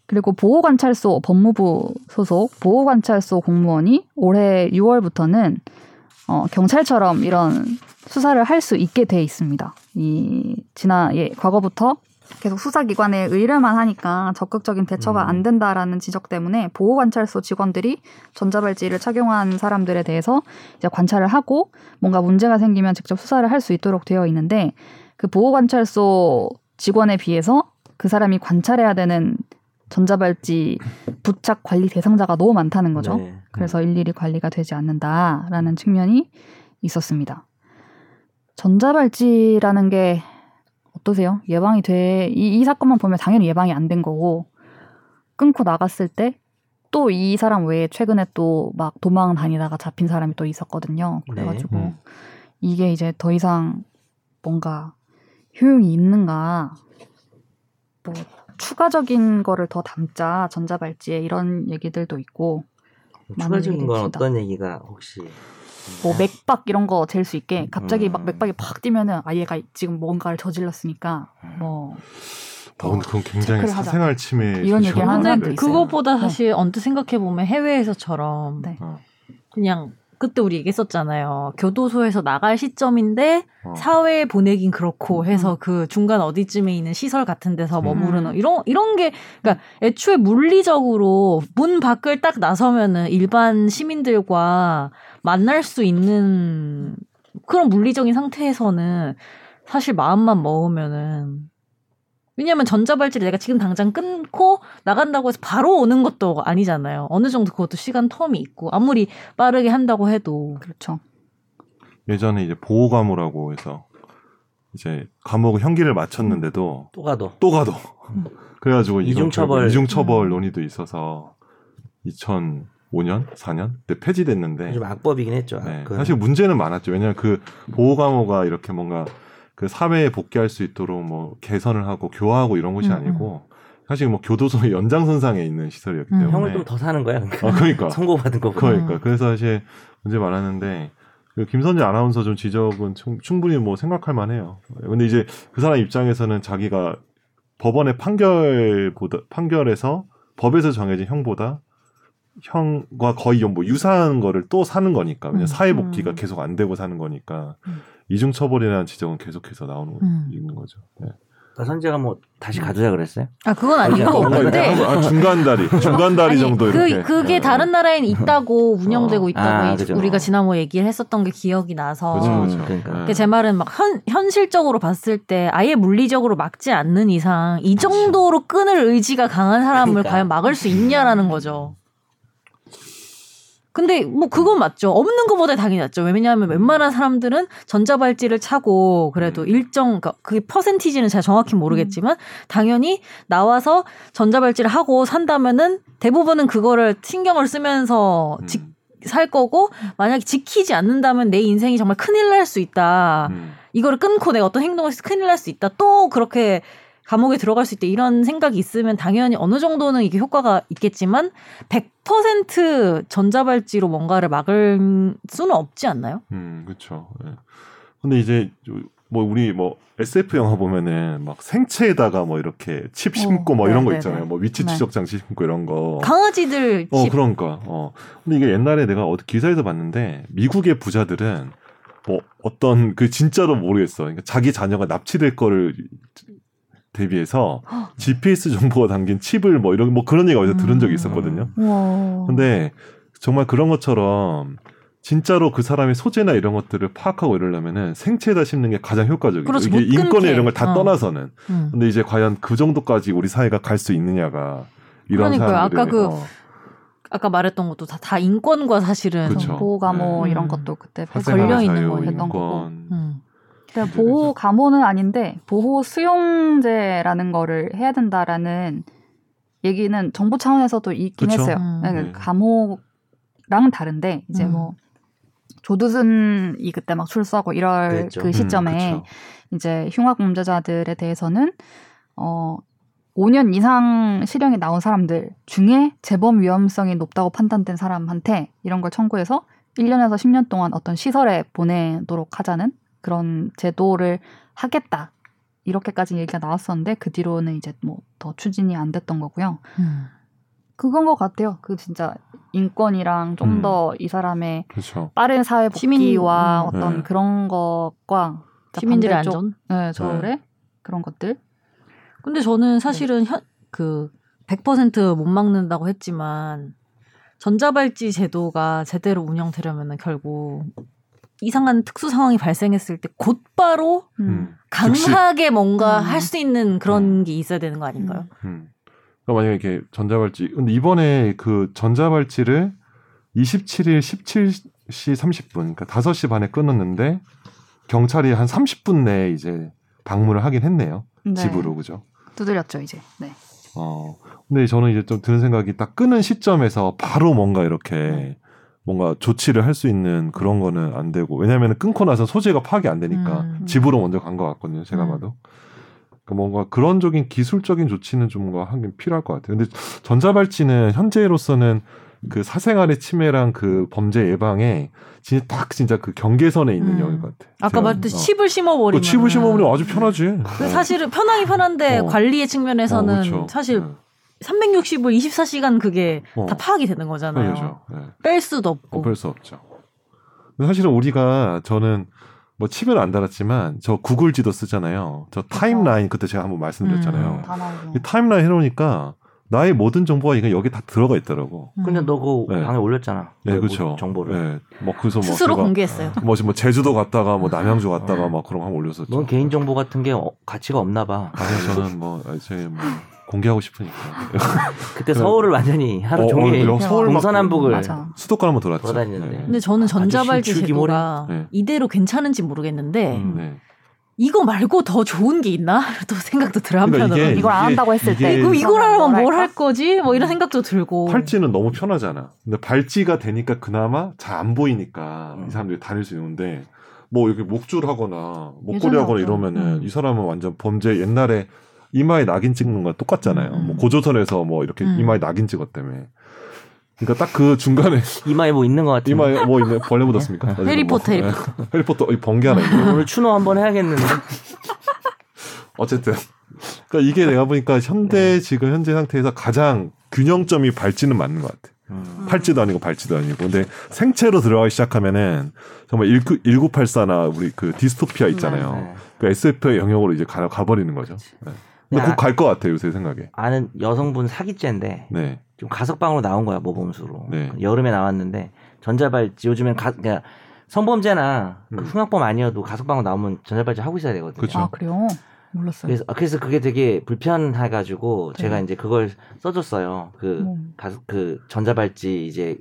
S1: 그리고 보호관찰소 법무부 소속 보호관찰소 공무원이 올해 6월부터는 어, 경찰처럼 이런 수사를 할 수 있게 돼 있습니다. 이 지난 예, 과거부터 계속 수사기관에 의뢰만 하니까 적극적인 대처가
S3: 음.
S1: 안 된다라는 지적 때문에 보호관찰소 직원들이 전자발찌를 착용한 사람들에 대해서 이제 관찰을 하고 뭔가 문제가 생기면 직접 수사를 할 수 있도록 되어 있는데 그 보호관찰소 직원에 비해서 그 사람이 관찰해야 되는 전자발찌 부착 관리 대상자가 너무 많다는 거죠.
S2: 네.
S1: 그래서 일일이 관리가 되지 않는다라는 측면이 있었습니다. 전자발찌라는 게 어떠세요? 예방이 돼, 이, 이 사건만 보면 당연히 예방이 안 된 거고, 끊고 나갔을 때 또 이 사람 외에 최근에 또 막 도망 다니다가 잡힌 사람이 또 있었거든요.
S2: 네.
S1: 그래가지고
S3: 음.
S1: 이게 이제 더 이상 뭔가 효용이 있는가, 뭐 추가적인 거를 더 담자 전자발찌에 이런 얘기들도 있고,
S2: 음, 추가적인 건
S1: 있습니다.
S2: 어떤 얘기가 혹시 아,
S1: 뭐 맥박 이런 거 잴 수 있게 갑자기 막
S2: 음.
S1: 맥박이 팍 뛰면은 아 얘가 지금 뭔가를 저질렀으니까 뭐
S3: 어, 근데 그건 굉장히
S1: 체크를 하자.
S3: 사생활 침해
S1: 이런 얘기를
S3: 수준으로
S1: 하는
S3: 네.
S1: 사람도
S4: 근데
S1: 있어요.
S4: 그것보다
S1: 네.
S4: 사실 언뜻 생각해 보면 해외에서처럼
S1: 네.
S3: 어.
S4: 그냥 그때 우리 얘기했었잖아요. 교도소에서 나갈 시점인데
S3: 어.
S4: 사회에 보내긴 그렇고 해서 그 중간 어디쯤에 있는 시설 같은 데서
S3: 음.
S4: 머무르는 이런 이런 게 그러니까 애초에 물리적으로 문 밖을 딱 나서면은 일반 시민들과 만날 수 있는 그런 물리적인 상태에서는 사실 마음만 먹으면은 왜냐하면 전자발찌를 내가 지금 당장 끊고 나간다고 해서 바로 오는 것도 아니잖아요. 어느 정도 그것도 시간 텀이 있고 아무리 빠르게 한다고 해도
S1: 그렇죠.
S3: 예전에 이제 보호감호라고 해서 이제 감옥 형기를 마쳤는데도
S2: 또 가도
S3: 또 가도
S2: 음.
S3: 그래가지고 이거
S2: 이중처벌.
S3: 결국 이중처벌
S4: 음.
S3: 논의도 있어서 2005년 4년 때 폐지됐는데
S2: 좀 악법이긴 했죠.
S3: 네,
S2: 그-
S3: 사실 문제는 많았죠. 왜냐하면 그 보호감호가 이렇게 뭔가 그 사회에 복귀할 수 있도록 뭐 개선을 하고 교화하고 이런 것이
S1: 음,
S3: 아니고 사실 뭐 교도소의 연장선상에 있는 시설이었기
S4: 음.
S3: 때문에
S2: 형을 좀 더 사는 거야. 그러니까.
S3: 뭐 아, 그러니까
S2: 선고받은 거고.
S3: 그러니까 그래서 사실 문제 많았는데 그 김선재 아나운서 좀 지적은 충- 충분히 뭐 생각할 만해요. 근데 이제 그 사람 입장에서는 자기가 법원의 판결보다 판결에서 법에서 정해진 형보다 형과 거의 뭐 유사한 거를 또 사는 거니까 왜냐
S4: 음.
S3: 사회복귀가
S4: 음.
S3: 계속 안 되고 사는 거니까
S4: 음.
S3: 이중처벌이라는 지적은 계속해서 나오는
S4: 음.
S3: 있는 거죠. 네.
S2: 그러니까 선재가 뭐 다시
S3: 음.
S2: 가두자 그랬어요.
S4: 아 그건
S2: 아니고
S4: 아니고
S2: 뭔가
S4: 근데
S2: 이렇게
S3: 아, 중간 다리 중간 다리
S4: 아니,
S3: 정도
S4: 그,
S3: 이렇게
S4: 그게
S3: 네.
S4: 다른 나라엔 있다고 운영되고
S3: 어.
S4: 있다고
S2: 아,
S4: 이-
S2: 그죠.
S4: 우리가 지난번 얘기를 했었던 게 기억이 나서
S3: 그렇죠, 그렇죠.
S2: 음, 그러니까.
S3: 네.
S4: 그러니까 제 말은 막 현, 현실적으로 봤을 때 아예 물리적으로 막지 않는 이상 이 정도로 끊을 의지가 강한 사람을
S2: 그렇죠. 그러니까.
S4: 과연 막을 수 있냐라는 거죠. 근데 뭐 그건 맞죠. 없는 것보다 당연히 낫죠. 왜냐하면 웬만한 사람들은 전자발찌를 차고 그래도
S3: 음.
S4: 일정 그러니까 그 퍼센티지는 제가 정확히 모르겠지만 당연히 나와서 전자발찌를 하고 산다면은 대부분은 그거를 신경을 쓰면서
S3: 음,
S4: 직, 살 거고 만약에 지키지 않는다면 내 인생이 정말 큰일 날 수 있다.
S3: 음.
S4: 이거를 끊고 내가 어떤 행동을 해서 큰일 날 수 있다. 또 그렇게 감옥에 들어갈 수 있다. 이런 생각이 있으면 당연히 어느 정도는 이게 효과가 있겠지만 100% 전자발찌로 뭔가를 막을 수는 없지 않나요?
S3: 음, 그렇죠. 예. 근데 이제 뭐 우리 뭐 SF 영화 보면은 막 생체에다가 뭐 이렇게 칩 심고 뭐
S1: 네,
S3: 이런 거
S1: 네,
S3: 있잖아요.
S1: 네.
S3: 뭐 위치
S4: 네.
S3: 추적 장치 심고 이런 거.
S4: 강아지들
S3: 어,
S4: 집
S3: 그러니까. 어. 근데 이게 옛날에 내가 어디 기사에서 봤는데 미국의 부자들은 뭐 어떤 그 진짜로 모르겠어. 그러니까 자기 자녀가 납치될 거를 대비해서 GPS 정보가 담긴 칩을 뭐 이런 뭐 그런 얘기 어디서 들은 적이
S4: 음.
S3: 있었거든요.
S4: 어.
S1: 우와.
S3: 근데 정말 그런 것처럼 진짜로 그 사람의 소재나 이런 것들을 파악하고 이러려면은 생체에다 심는 게 가장 효과적이에요.
S4: 그렇지,
S3: 이게
S4: 못 그렇죠. 끊게.
S3: 인권에 이런 걸 다
S4: 어.
S3: 떠나서는.
S4: 음.
S3: 근데 이제 과연 그 정도까지 우리 사회가 갈 수 있느냐가 이런
S4: 그러니까요. 아까
S3: 사람들의
S4: 그
S3: 어,
S4: 아까 말했던 것도 다, 다 인권과 사실은
S3: 그쵸.
S1: 보호가 뭐
S4: 네.
S1: 이런
S4: 음.
S1: 것도 그때
S4: 걸려
S3: 사생활
S4: 있는
S3: 자유,
S4: 거였던
S1: 거고.
S3: 인권.
S4: 음.
S1: 그러니까
S3: 그렇죠.
S1: 보호 감호는 아닌데 보호 수용제라는 거를 해야 된다라는 얘기는 정부 차원에서도 있긴
S2: 그쵸.
S1: 했어요.
S4: 음.
S1: 그러니까
S3: 네.
S1: 감호랑은 다른데 이제
S4: 음.
S1: 뭐 조두순이 그때 막 출소하고 이럴
S2: 그랬죠.
S1: 그 시점에
S3: 음, 그쵸.
S1: 이제 흉악범죄자들에 대해서는 어 5년 이상 실형이 나온 사람들 중에 재범 위험성이 높다고 판단된 사람한테 이런 걸 청구해서 1년에서 10년 동안 어떤 시설에 보내도록 하자는 그런 제도를 하겠다. 이렇게까지 얘기가 나왔었는데 그 뒤로는 이제 뭐 더 추진이 안 됐던 거고요.
S4: 음.
S1: 그건 것 같아요. 그 진짜 인권이랑 좀
S3: 음.
S1: 더 이 사람의
S3: 그렇죠.
S1: 빠른 사회
S4: 시민-
S1: 복귀와
S4: 음.
S1: 어떤
S3: 네.
S1: 그런 것과 진짜
S4: 시민들의
S1: 반대쪽
S4: 안전.
S1: 네, 저울에 그런 것들.
S4: 근데 저는
S3: 네.
S4: 사실은 현, 그, 100%못 막는다고 했지만, 전자발찌 제도가 제대로 운영되려면 결국 이상한 특수 상황이 발생했을 때 곧바로
S3: 음.
S4: 강하게 뭔가
S1: 음.
S4: 할 수 있는 그런 게 있어야 되는 거 아닌가요?
S3: 네. 음. 그러니까 만약에 이렇게 전자발찌, 근데 이번에 그 전자발찌를 27일 17시 30분, 그러니까 5시 반에 끊었는데 경찰이 한 30분 내에 이제 방문을 하긴 했네요.
S1: 네.
S3: 집으로 그죠.
S1: 두드렸죠 이제. 네.
S3: 어. 근데 저는 이제 좀 드는 생각이 딱 끊은 시점에서 바로 뭔가 이렇게 뭔가 조치를 할 수 있는 그런 거는 안 되고 왜냐하면 끊고 나서 소재가 파악이 안 되니까
S4: 음.
S3: 집으로 먼저 간 것 같거든요. 제가
S4: 음.
S3: 봐도. 그러니까 뭔가 그런적인 기술적인 조치는 좀 뭔가 하긴 필요할 것 같아요. 근데 전자발찌는 현재로서는 그 사생활의 침해랑 그 범죄 예방에 진짜 딱 진짜 그 경계선에 있는
S4: 음.
S3: 역일 것 같아.
S4: 아까 말했듯이 칩을
S3: 어,
S4: 심어버리면.
S3: 칩을 심어버리면 아주 편하지.
S4: 그 사실은 편하긴 편한데
S3: 어.
S4: 관리의
S3: 어,
S4: 측면에서는
S3: 그렇죠.
S4: 사실
S3: 네.
S4: 360을 24시간 그게
S3: 어.
S4: 다 파악이 되는 거잖아요.
S3: 그렇죠. 네.
S4: 뺄 수도 없고.
S3: 어뺄 수 없죠. 근데 사실은 우리가 저는 뭐 칩을 안 달았지만 저 구글 지도 쓰잖아요.
S4: 어.
S3: 저 타임라인 그때 제가 한번
S4: 음,
S3: 말씀드렸잖아요.
S1: 다 나오고.
S3: 어. 이 타임라인 해놓으니까 나의 모든 정보가 이거 여기 다 들어가 있더라고.
S4: 음.
S2: 근데 너 그거
S3: 네.
S2: 방에 올렸잖아.
S3: 네,
S2: 그
S3: 그렇죠.
S2: 정보를.
S3: 네. 뭐 그래서 뭐
S4: 스스로
S3: 제가
S4: 공개했어요.
S3: 뭐 지금 뭐 제주도 갔다가
S2: 아,
S3: 뭐 남양주 갔다가 막 그런 거 한번 올렸었죠.
S2: 넌 네. 개인 정보 같은 게 어, 가치가 없나 봐.
S3: 아니 저는 뭐 아니, 저희 뭐 공개하고 싶으니까
S2: 그때 서울을 완전히 하루
S3: 어,
S2: 종일
S3: 어, 서울 막
S2: 동서남북을
S1: 맞아.
S3: 수도권 한번 돌았죠.
S2: 돌아다니는데.
S3: 네.
S4: 근데 저는
S2: 아주
S4: 전자발찌
S2: 심출기
S4: 제도가
S3: 모래. 네.
S4: 이대로 괜찮은지 모르겠는데
S2: 음.
S3: 네.
S4: 이거 말고 더 좋은 게 있나? 또 생각도 들어
S3: 그러니까
S4: 한편으로.
S3: 이게-
S1: 이걸 안 한다고 했을
S3: 이게-
S1: 때.
S4: 이거
S3: 이거
S4: 그 이걸 하면 뭘
S1: 할까?
S4: 할 거지? 뭐
S2: 음.
S4: 이런 생각도 들고.
S3: 팔찌는 너무 편하잖아. 근데 발찌가 되니까 그나마 잘 안 보이니까
S2: 음.
S3: 이 사람들이 다닐 수 있는데 뭐 이렇게 목줄 하거나 목걸이
S1: 예전에
S3: 하거나
S1: 어떤-
S3: 이러면은
S4: 음.
S3: 이 사람은 완전 범죄 옛날에 이마에 낙인 찍는 건 똑같잖아요.
S4: 음.
S3: 뭐 고조선에서 뭐 이렇게
S4: 음.
S3: 이마에 낙인 찍었다며. 그러니까 딱 그 중간에
S2: 이마에 뭐 있는 것 같아.
S3: 이마에 뭐 있네 벌레 묻었습니까? 어디 뭐.
S4: 해리포터,
S3: 예. 해리포터 이 번개 하나 있네.
S2: 오늘 추노 한번 해야겠는데.
S3: 어쨌든 그러니까 이게 내가 보니까
S4: 네.
S3: 현대 지금 현재 상태에서 가장 균형점이 발찌는 맞는 것 같아.
S2: 음.
S3: 팔찌도 아니고 발찌도 아니고 근데 생체로 들어가기 시작하면은 정말 19, 1984나 우리 그 디스토피아 있잖아요.
S2: 네. 그렇죠.
S3: 그 SF의 영역으로 이제 가, 가버리는 거죠. 네. 근데
S2: 야.
S3: 곧 갈 것 같아요 요새 생각에.
S2: 아는 여성분 사기죄인데
S3: 네.
S2: 지금 가석방으로 나온 거야 모범수로.
S3: 네.
S2: 여름에 나왔는데 전자발찌 요즘엔 가, 그냥 성범죄나 그
S3: 음.
S2: 흉악범 아니어도 가석방으로 나오면 전자발찌 하고 있어야 되거든요.
S3: 그쵸.
S1: 아 그래요? 몰랐어요.
S2: 그래서 아, 그래서 그게 되게 불편해가지고
S1: 네.
S2: 제가 이제 그걸 써줬어요. 그
S1: 음.
S2: 가수 그 전자발찌 이제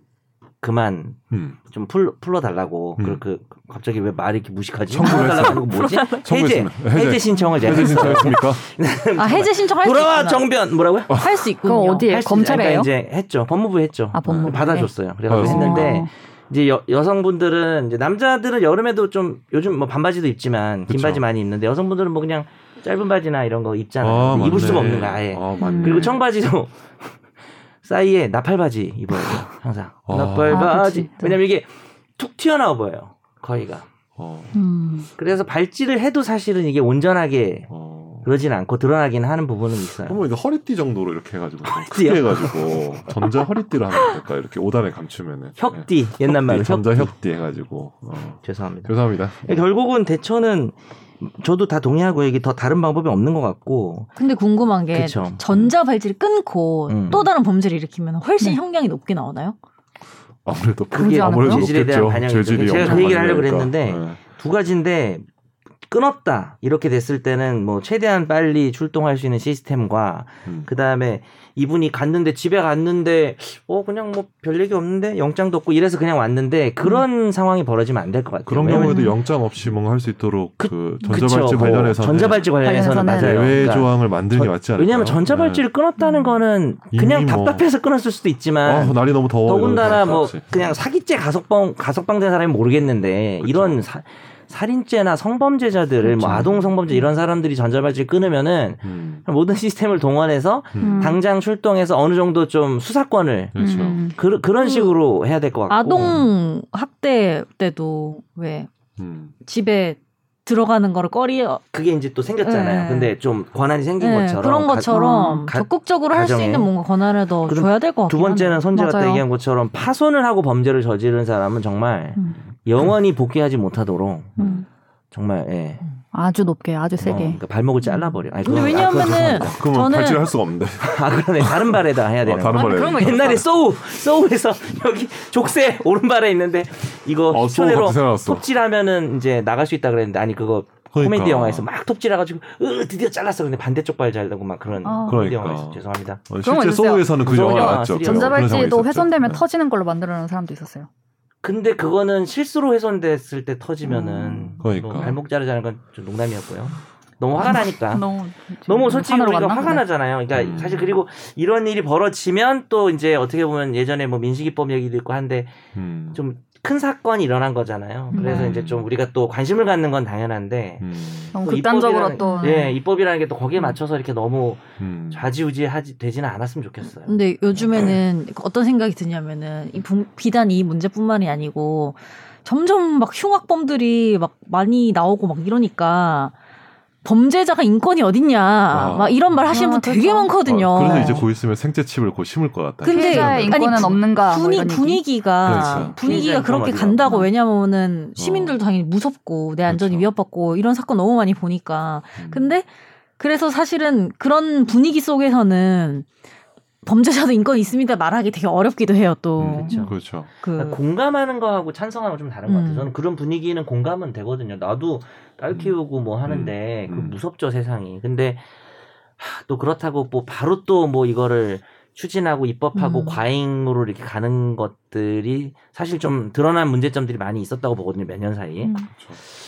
S2: 그만
S3: 음.
S2: 좀 풀, 풀러달라고
S3: 음.
S2: 그리고 그 갑자기 왜 말이 이렇게 무식하지?
S3: 청구를
S2: 풀러달라고 그거 뭐지? 해제
S3: 청구했습니다. 해제.
S2: 해제 신청을 제가
S3: 해제 신청했습니까?
S4: 아, 해제 신청할
S2: 돌아와
S4: 수 있구나.
S2: 정변 뭐라고요?
S4: 할수 있군요.
S1: 그거 어디에
S2: 할 수-
S1: 예, 검찰에요?
S2: 그러니까 이제 했죠 법무부 했죠
S1: 아 법무
S2: 받아줬어요 그래가지고
S3: 네.
S2: 했는데 이제 여, 여성분들은 이제 남자들은 여름에도 좀 요즘 뭐 반바지도 입지만 긴
S3: 그쵸.
S2: 바지 많이 입는데 여성분들은 뭐 그냥 짧은 바지나 이런 거 입잖아요 근데 입을
S3: 맞네.
S2: 수가 없는 거야 아예 음.
S3: 아, 맞네.
S2: 그리고 청바지도 사이에 나팔바지 입어야 돼요 항상
S3: 아.
S1: 아,
S2: 나팔바지
S1: 그치.
S2: 왜냐면 이게 툭 튀어나와 보여요 거기가
S3: 어,
S1: 음.
S2: 그래서 발찌를 해도 사실은 이게 온전하게
S3: 어.
S2: 그러진 않고 드러나긴 하는 부분은 있어요
S3: 한번 이제 허리띠 정도로 이렇게 해가지고 좀
S2: 허리띠요?
S3: 크게 해가지고 전자 허리띠로 하면 어떨까 이렇게 5단에 감추면은 네.
S2: 혁띠 옛날
S3: 혁띠,
S2: 말로
S3: 전자
S2: 혁띠.
S3: 혁띠 해가지고 어.
S2: 죄송합니다
S3: 죄송합니다.
S2: 네. 결국은 대처는 저도 다 동의하고 이게 더 다른 방법이 없는 것 같고
S4: 근데 궁금한
S3: 예.
S4: 게
S2: 그쵸.
S4: 전자발찌를 끊고
S2: 음.
S4: 또 다른 범죄를 일으키면 훨씬
S1: 네.
S4: 형량이 높게 나오나요?
S3: 아무래도
S1: 그러지
S3: 아무래도
S1: 않았나요?
S2: 재질에 대한
S3: 높겠죠.
S2: 반영이
S3: 재질이 네.
S2: 있죠. 제가
S3: 엄청
S2: 그 얘기를
S3: 많이
S2: 하려고
S3: 되니까.
S2: 그랬는데 두 가지인데 끊었다 이렇게 됐을 때는 뭐 최대한 빨리 출동할 수 있는 시스템과
S3: 음.
S2: 그 다음에 이분이 갔는데 집에 갔는데 어 그냥 뭐 별 얘기 없는데 영장도 없고 이래서 그냥 왔는데 그런 상황이 벌어지면 안 될 것 같아요.
S3: 음. 그런
S2: 왜냐면-
S3: 경우에도 영장 없이 뭔가 할 수 있도록 그,
S2: 그-
S3: 전자발찌
S2: 그쵸, 뭐
S3: 관련해서 네.
S2: 전자발찌 관련해서는
S1: 관련해서는
S2: 맞아요.
S3: 예외
S2: 그러니까
S3: 조항을 만드는 게
S2: 전-
S3: 맞지 않을까요?
S2: 왜냐하면 전자발찌를 끊었다는
S1: 음.
S2: 거는
S3: 이미
S2: 그냥
S3: 뭐-
S2: 답답해서 끊었을 수도
S3: 네.
S2: 있지만
S3: 아, 날이 너무 더워.
S2: 더군다나
S3: 이러면서.
S2: 뭐
S3: 그렇지.
S2: 그냥 사기죄 가석방 가석방 된 사람이 모르겠는데
S3: 그쵸.
S2: 이런 사, 살인죄나 성범죄자들을 뭐
S3: 그렇죠. 그쵸.
S2: 아동 성범죄 이런 사람들이 전자발찌 끊으면은
S3: 음.
S2: 모든 시스템을 동원해서
S3: 음.
S2: 당장 출동해서 어느 정도 좀 수사권을
S3: 그렇죠.
S4: 음.
S2: 그, 그런 식으로 해야 될 것 같고
S4: 아동
S2: 어.
S4: 학대 때도 왜
S3: 음.
S4: 집에 들어가는 거를 꺼리
S2: 그게 이제 또 생겼잖아요.
S4: 네.
S2: 근데 좀 권한이 생긴
S4: 예,
S2: 것처럼
S4: 그런
S2: 가- 음,
S4: 것처럼
S2: 가-
S4: 적극적으로 할 수
S2: 가정에.
S4: 있는 뭔가 권한을 더
S2: 그럼
S4: 줘야 될 것 같아요.
S2: 두 번째는 손재가 아까
S1: 맞아요.
S2: 얘기한 것처럼 파손을 하고 범죄를 저지른 사람은 정말
S1: 음.
S2: 영원히 복귀하지 못하도록
S1: 음.
S2: 정말 예.
S1: 아주 높게, 아주
S2: 어,
S1: 세게.
S2: 그러니까 발목을 잘라버려. 아니, 그건-
S4: 근데
S2: 아, 그건
S4: 왜냐하면은
S2: 죄송합니다.
S3: 그러면
S4: 저는-
S3: 발찌를 할 수가 없는데.
S2: 아 그러네 다른 발에다 해야 되는
S3: 아,
S2: 거.
S3: 다른 발에.
S4: 그런 거
S2: 옛날에 소우 소우에서 여기 족쇄 오른발에 있는데 이거
S3: 어, 소우
S2: 손으로
S3: 같이 생각났어.
S2: 톱질하면은 이제 나갈 수 있다 그랬는데 아니 그거
S3: 그러니까.
S2: 코미디 영화에서 막 톱질해가지고 으 드디어 잘랐어 근데 반대쪽 발 잘라고 막 그런
S1: 아.
S2: 코미디
S3: 그러니까.
S2: 영화에서 죄송합니다
S3: 어,
S1: 그런 거
S3: 실제
S1: 있었어요.
S3: 소우에서는 그
S2: 무서운
S3: 영화
S2: 영화
S3: 나왔죠.
S2: 시리즈.
S3: 그런 상황이
S1: 전자발찌도
S3: 있었죠.
S1: 훼손되면
S3: 네.
S1: 터지는 걸로 만들어놓은 사람도 있었어요.
S2: 근데 그거는 실수로 훼손됐을 때 터지면은
S1: 음.
S3: 그러니까.
S2: 뭐 발목 자르자는 건 좀 농담이었고요 너무 화가 나니까
S1: 너무
S2: 너무 솔직히
S1: 하나로
S2: 우리가
S1: 갔나?
S2: 화가
S1: 네.
S2: 나잖아요. 그러니까
S3: 음.
S2: 사실 그리고 이런 일이 벌어지면 또 이제 어떻게 보면 예전에 뭐 민식이법 얘기도 있고 한데
S3: 음.
S2: 좀 큰 사건이 일어난 거잖아요. 그래서
S1: 음.
S2: 이제 좀 우리가 또 관심을 갖는 건 당연한데
S3: 음.
S1: 너무
S2: 또
S1: 극단적으로
S2: 입법이라는-
S1: 또 네.
S2: 예, 입법이라는 게 또 거기에 맞춰서 이렇게 너무
S3: 음.
S2: 좌지우지 하지 되지는 않았으면 좋겠어요.
S4: 근데 요즘에는
S3: 네.
S4: 어떤 생각이 드냐면은 이 분- 비단 이 문제뿐만이 아니고 점점 막 흉악범들이 막 많이 나오고 막 이러니까 범죄자가 인권이 어딨냐 막 이런 말 하시는
S1: 아,
S4: 분 되게
S1: 그렇죠.
S4: 많거든요.
S3: 아, 그래서
S2: 네.
S3: 이제 곧 있으면 생채칩을 곧 심을 것 같다.
S4: 근데-
S1: 피해자의
S4: 아니,
S1: 인권은
S4: 부-
S1: 없는가 뭐
S4: 그러니까 분위,
S1: 이런 얘기.
S4: 분위기가
S3: 그렇죠. 어.
S4: 분위기가
S2: 굉장히
S4: 그렇게
S2: 험하죠.
S4: 간다고
S1: 음.
S4: 왜냐면은 시민들도 당연히 무섭고 내 안전이
S3: 그렇죠.
S4: 위협받고 이런 사건 너무 많이 보니까
S3: 음.
S4: 근데 그래서 사실은 그런 분위기 속에서는 범죄자도 인권이 있습니다 말하기 되게 어렵기도 해요
S3: 음,
S4: 또
S2: 그렇죠.
S3: 그렇죠.
S4: 그
S2: 공감하는 거하고 찬성하는 거 좀 다른 것 같아요.
S4: 음.
S2: 저는 그런 분위기는 공감은 되거든요. 나도 딸 키우고 뭐 하는데
S3: 음.
S2: 그
S3: 음.
S2: 무섭죠 세상이. 근데 하, 또 그렇다고 뭐 바로 또 뭐 이거를 추진하고 입법하고
S4: 음.
S2: 과잉으로 이렇게 가는 것들이 사실 좀 드러난 문제점들이 많이 있었다고 보거든요. 몇 년 사이에.
S1: 음.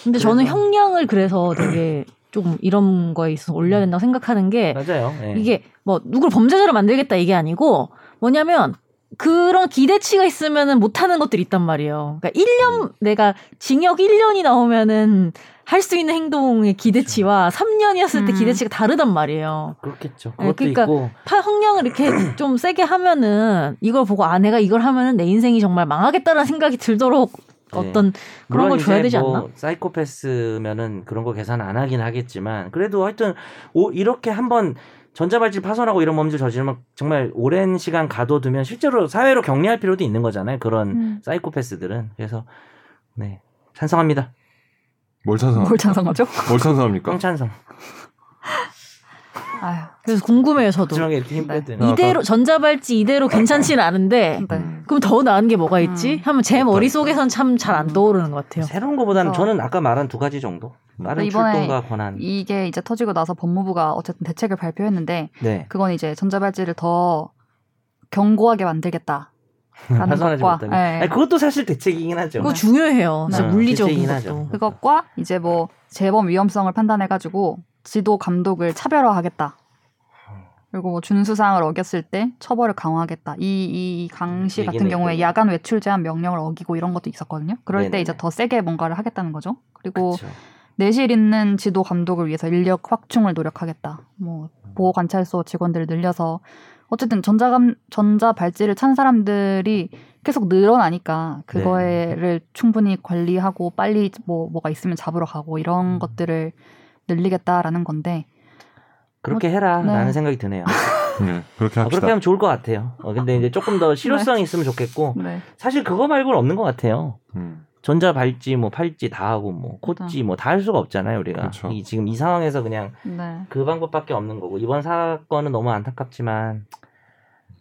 S4: 근데 저는
S2: 그래서-
S4: 형량을 그래서 되게 좀 이런 거에 있어서 올려야 된다고 생각하는 게
S2: 맞아요. 예.
S4: 이게 뭐 누굴 범죄자로 만들겠다 이게 아니고 뭐냐면 그런 기대치가 있으면은 못하는 것들이 있단 말이에요. 그러니까
S2: 음.
S4: 1년 내가 징역 1년이 나오면은 할 수 있는 행동의 기대치와
S2: 그렇죠.
S4: 3년이었을 때
S1: 음.
S4: 기대치가 다르단 말이에요.
S2: 그렇겠죠.
S4: 네,
S2: 그것도
S4: 그러니까
S2: 있고
S4: 파 형량을 이렇게 좀 세게 하면은 이걸 보고 아 내가 이걸 하면은 내 인생이 정말 망하겠다라는 생각이 들도록
S2: 네.
S4: 어떤 그런
S2: 물론
S4: 걸 줘야
S2: 이제
S4: 되지
S2: 뭐
S4: 않나?
S2: 사이코패스면은 그런 거 계산 안 하긴 하겠지만 그래도 하여튼 오, 이렇게 한번 전자발찌 파손하고 이런 범죄 저지르면 정말 오랜 시간 가둬두면 실제로 사회로 격리할 필요도 있는 거잖아요. 그런
S1: 음.
S2: 사이코패스들은 그래서 네 찬성합니다.
S3: 뭘
S2: 어.
S3: 찬성합니까?
S1: 뭘 찬성하죠?
S3: 뭘 찬성합니까?
S2: 깡찬성.
S1: 아유,
S4: 그래서 궁금해요 저도.
S2: 마지막에 이렇게 힘
S1: 네.
S2: 빼드는.
S3: 아,
S4: 이대로 전자발찌 이대로 괜찮지는 않은데
S1: 네.
S3: 음.
S4: 그럼 더 나은 게 뭐가 있지?
S1: 음.
S4: 하면 제 머릿속에선 참 잘 안
S1: 음.
S4: 떠오르는 것 같아요.
S2: 새로운 거보다는
S1: 어.
S2: 저는 아까 말한 두 가지 정도.
S4: 음. 그러니까
S2: 빠른
S1: 이번에
S2: 출동과 권한.
S1: 이게 이제 터지고 나서 법무부가 어쨌든 대책을 발표했는데
S2: 네.
S1: 그건 이제 전자발찌를 더 견고하게 만들겠다. 라는
S2: 파손하지
S1: 것과
S2: 못하게.
S1: 예.
S2: 아니, 그것도 사실 대책이긴 하죠.
S4: 그거 중요해요. 진짜
S1: 네.
S4: 물리적인
S2: 실제이긴
S4: 것도.
S2: 하죠.
S1: 그것과 이제 뭐 재범 위험성을 판단해가지고 지도 감독을 차별화하겠다. 그리고 뭐 준수사항을 어겼을 때 처벌을 강화하겠다. 이이 강씨 같은
S2: 얘기는
S1: 경우에
S2: 있고.
S1: 야간 외출 제한 명령을 어기고 이런 것도 있었거든요. 그럴 때
S2: 네네네.
S1: 이제 더 세게 뭔가를 하겠다는 거죠. 그리고
S2: 그쵸.
S1: 내실 있는 지도 감독을 위해서 인력 확충을 노력하겠다. 뭐 보호 관찰소 직원들을 늘려서 어쨌든 전자감 전자 발찌를 찬 사람들이 계속 늘어나니까 그거를
S3: 네.
S1: 충분히 관리하고 빨리 뭐 뭐가 있으면 잡으러 가고
S3: 음.
S1: 이런 것들을 늘리겠다라는 건데
S2: 그렇게 해라.
S1: 네.
S2: 라는 생각이 드네요.
S3: 네, 그렇게
S2: 어, 그렇게
S3: 합시다.
S2: 하면 좋을 것 같아요. 어, 근데 이제 조금 더 실효성이 있으면 좋겠고 사실 그거 말고는 없는 것 같아요.
S3: 음.
S2: 전자 발찌 뭐 팔찌 다 하고 뭐 코찌 뭐 다 할 수가 없잖아요 우리가
S3: 그렇죠.
S2: 이, 지금 이 상황에서 그냥
S1: 네.
S2: 그 방법밖에 없는 거고 이번 사건은 너무 안타깝지만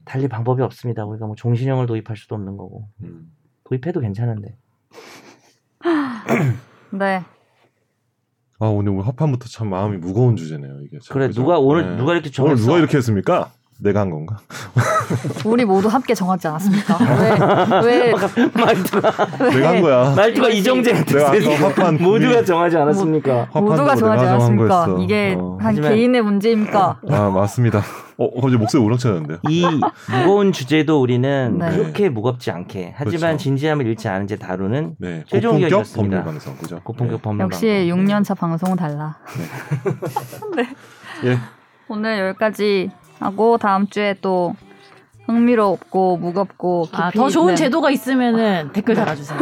S2: 달리 방법이 없습니다. 우리가 뭐 종신형을 도입할 수도 없는 거고
S3: 음.
S2: 도입해도 괜찮은데
S1: 네.
S3: 아, 아 오늘 오늘 합판부터 참 마음이 무거운 주제네요 이게. 참,
S2: 그래
S3: 그죠?
S2: 누가 오늘
S3: 네.
S2: 누가 이렇게
S3: 오늘
S2: 정했어?
S3: 누가 이렇게 했습니까? 내가 한 건가?
S1: 우리 모두 함께 정하지 않았습니까? 왜, 왜,
S2: 말투가
S1: 왜
S3: 내가 한 거야.
S2: 말투가 이정재한테
S3: 아, 내가
S2: 세지.
S3: 아까 합판
S2: 모두가
S3: 분위기-
S2: 정하지 않았습니까?
S3: 합판도
S1: 모두가
S3: 내가
S1: 정하지
S3: 정한
S1: 않았습니까?
S3: 거였어.
S1: 이게
S3: 어.
S1: 한
S2: 하지만-
S1: 개인의 문제입니까?
S3: 아 맞습니다. 어 갑자기 목소리 우렁차는데요.
S2: 이 무거운 주제도 우리는
S1: 네.
S2: 그렇게 무겁지 않게 하지만
S3: 그렇죠.
S2: 진지함을 잃지 않은 채 다루는
S3: 네.
S2: 최종
S3: 고품격
S2: 의견이었습니다.
S3: 법률 방송 그죠? 네.
S2: 고품격 법률
S1: 역시 6년차 방송은 달라. 네.
S3: 예. 예.
S1: 오늘 여기까지 하고 다음 주에 또 흥미롭고 무겁고
S4: 아,
S1: 깊이
S4: 더 좋은
S1: 있는
S4: 제도가 있으면은 댓글 달아주세요.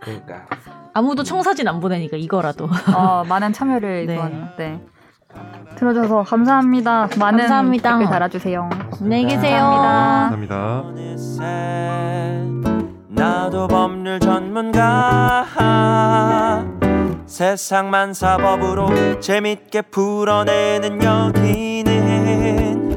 S2: 그러니까
S4: 아무도 청사진 안 보내니까 이거라도.
S1: 어, 많은 참여를
S4: 네.
S1: 이번 네. 들어줘서 감사합니다. 많은
S4: 감사합니다.
S1: 댓글 달아주세요.
S4: 안녕히 계세요.
S1: 네, 감사합니다.
S3: 감사합니다.
S5: 어느새 나도 법률 전문가 세상만 사법으로 재밌게 풀어내는 여기는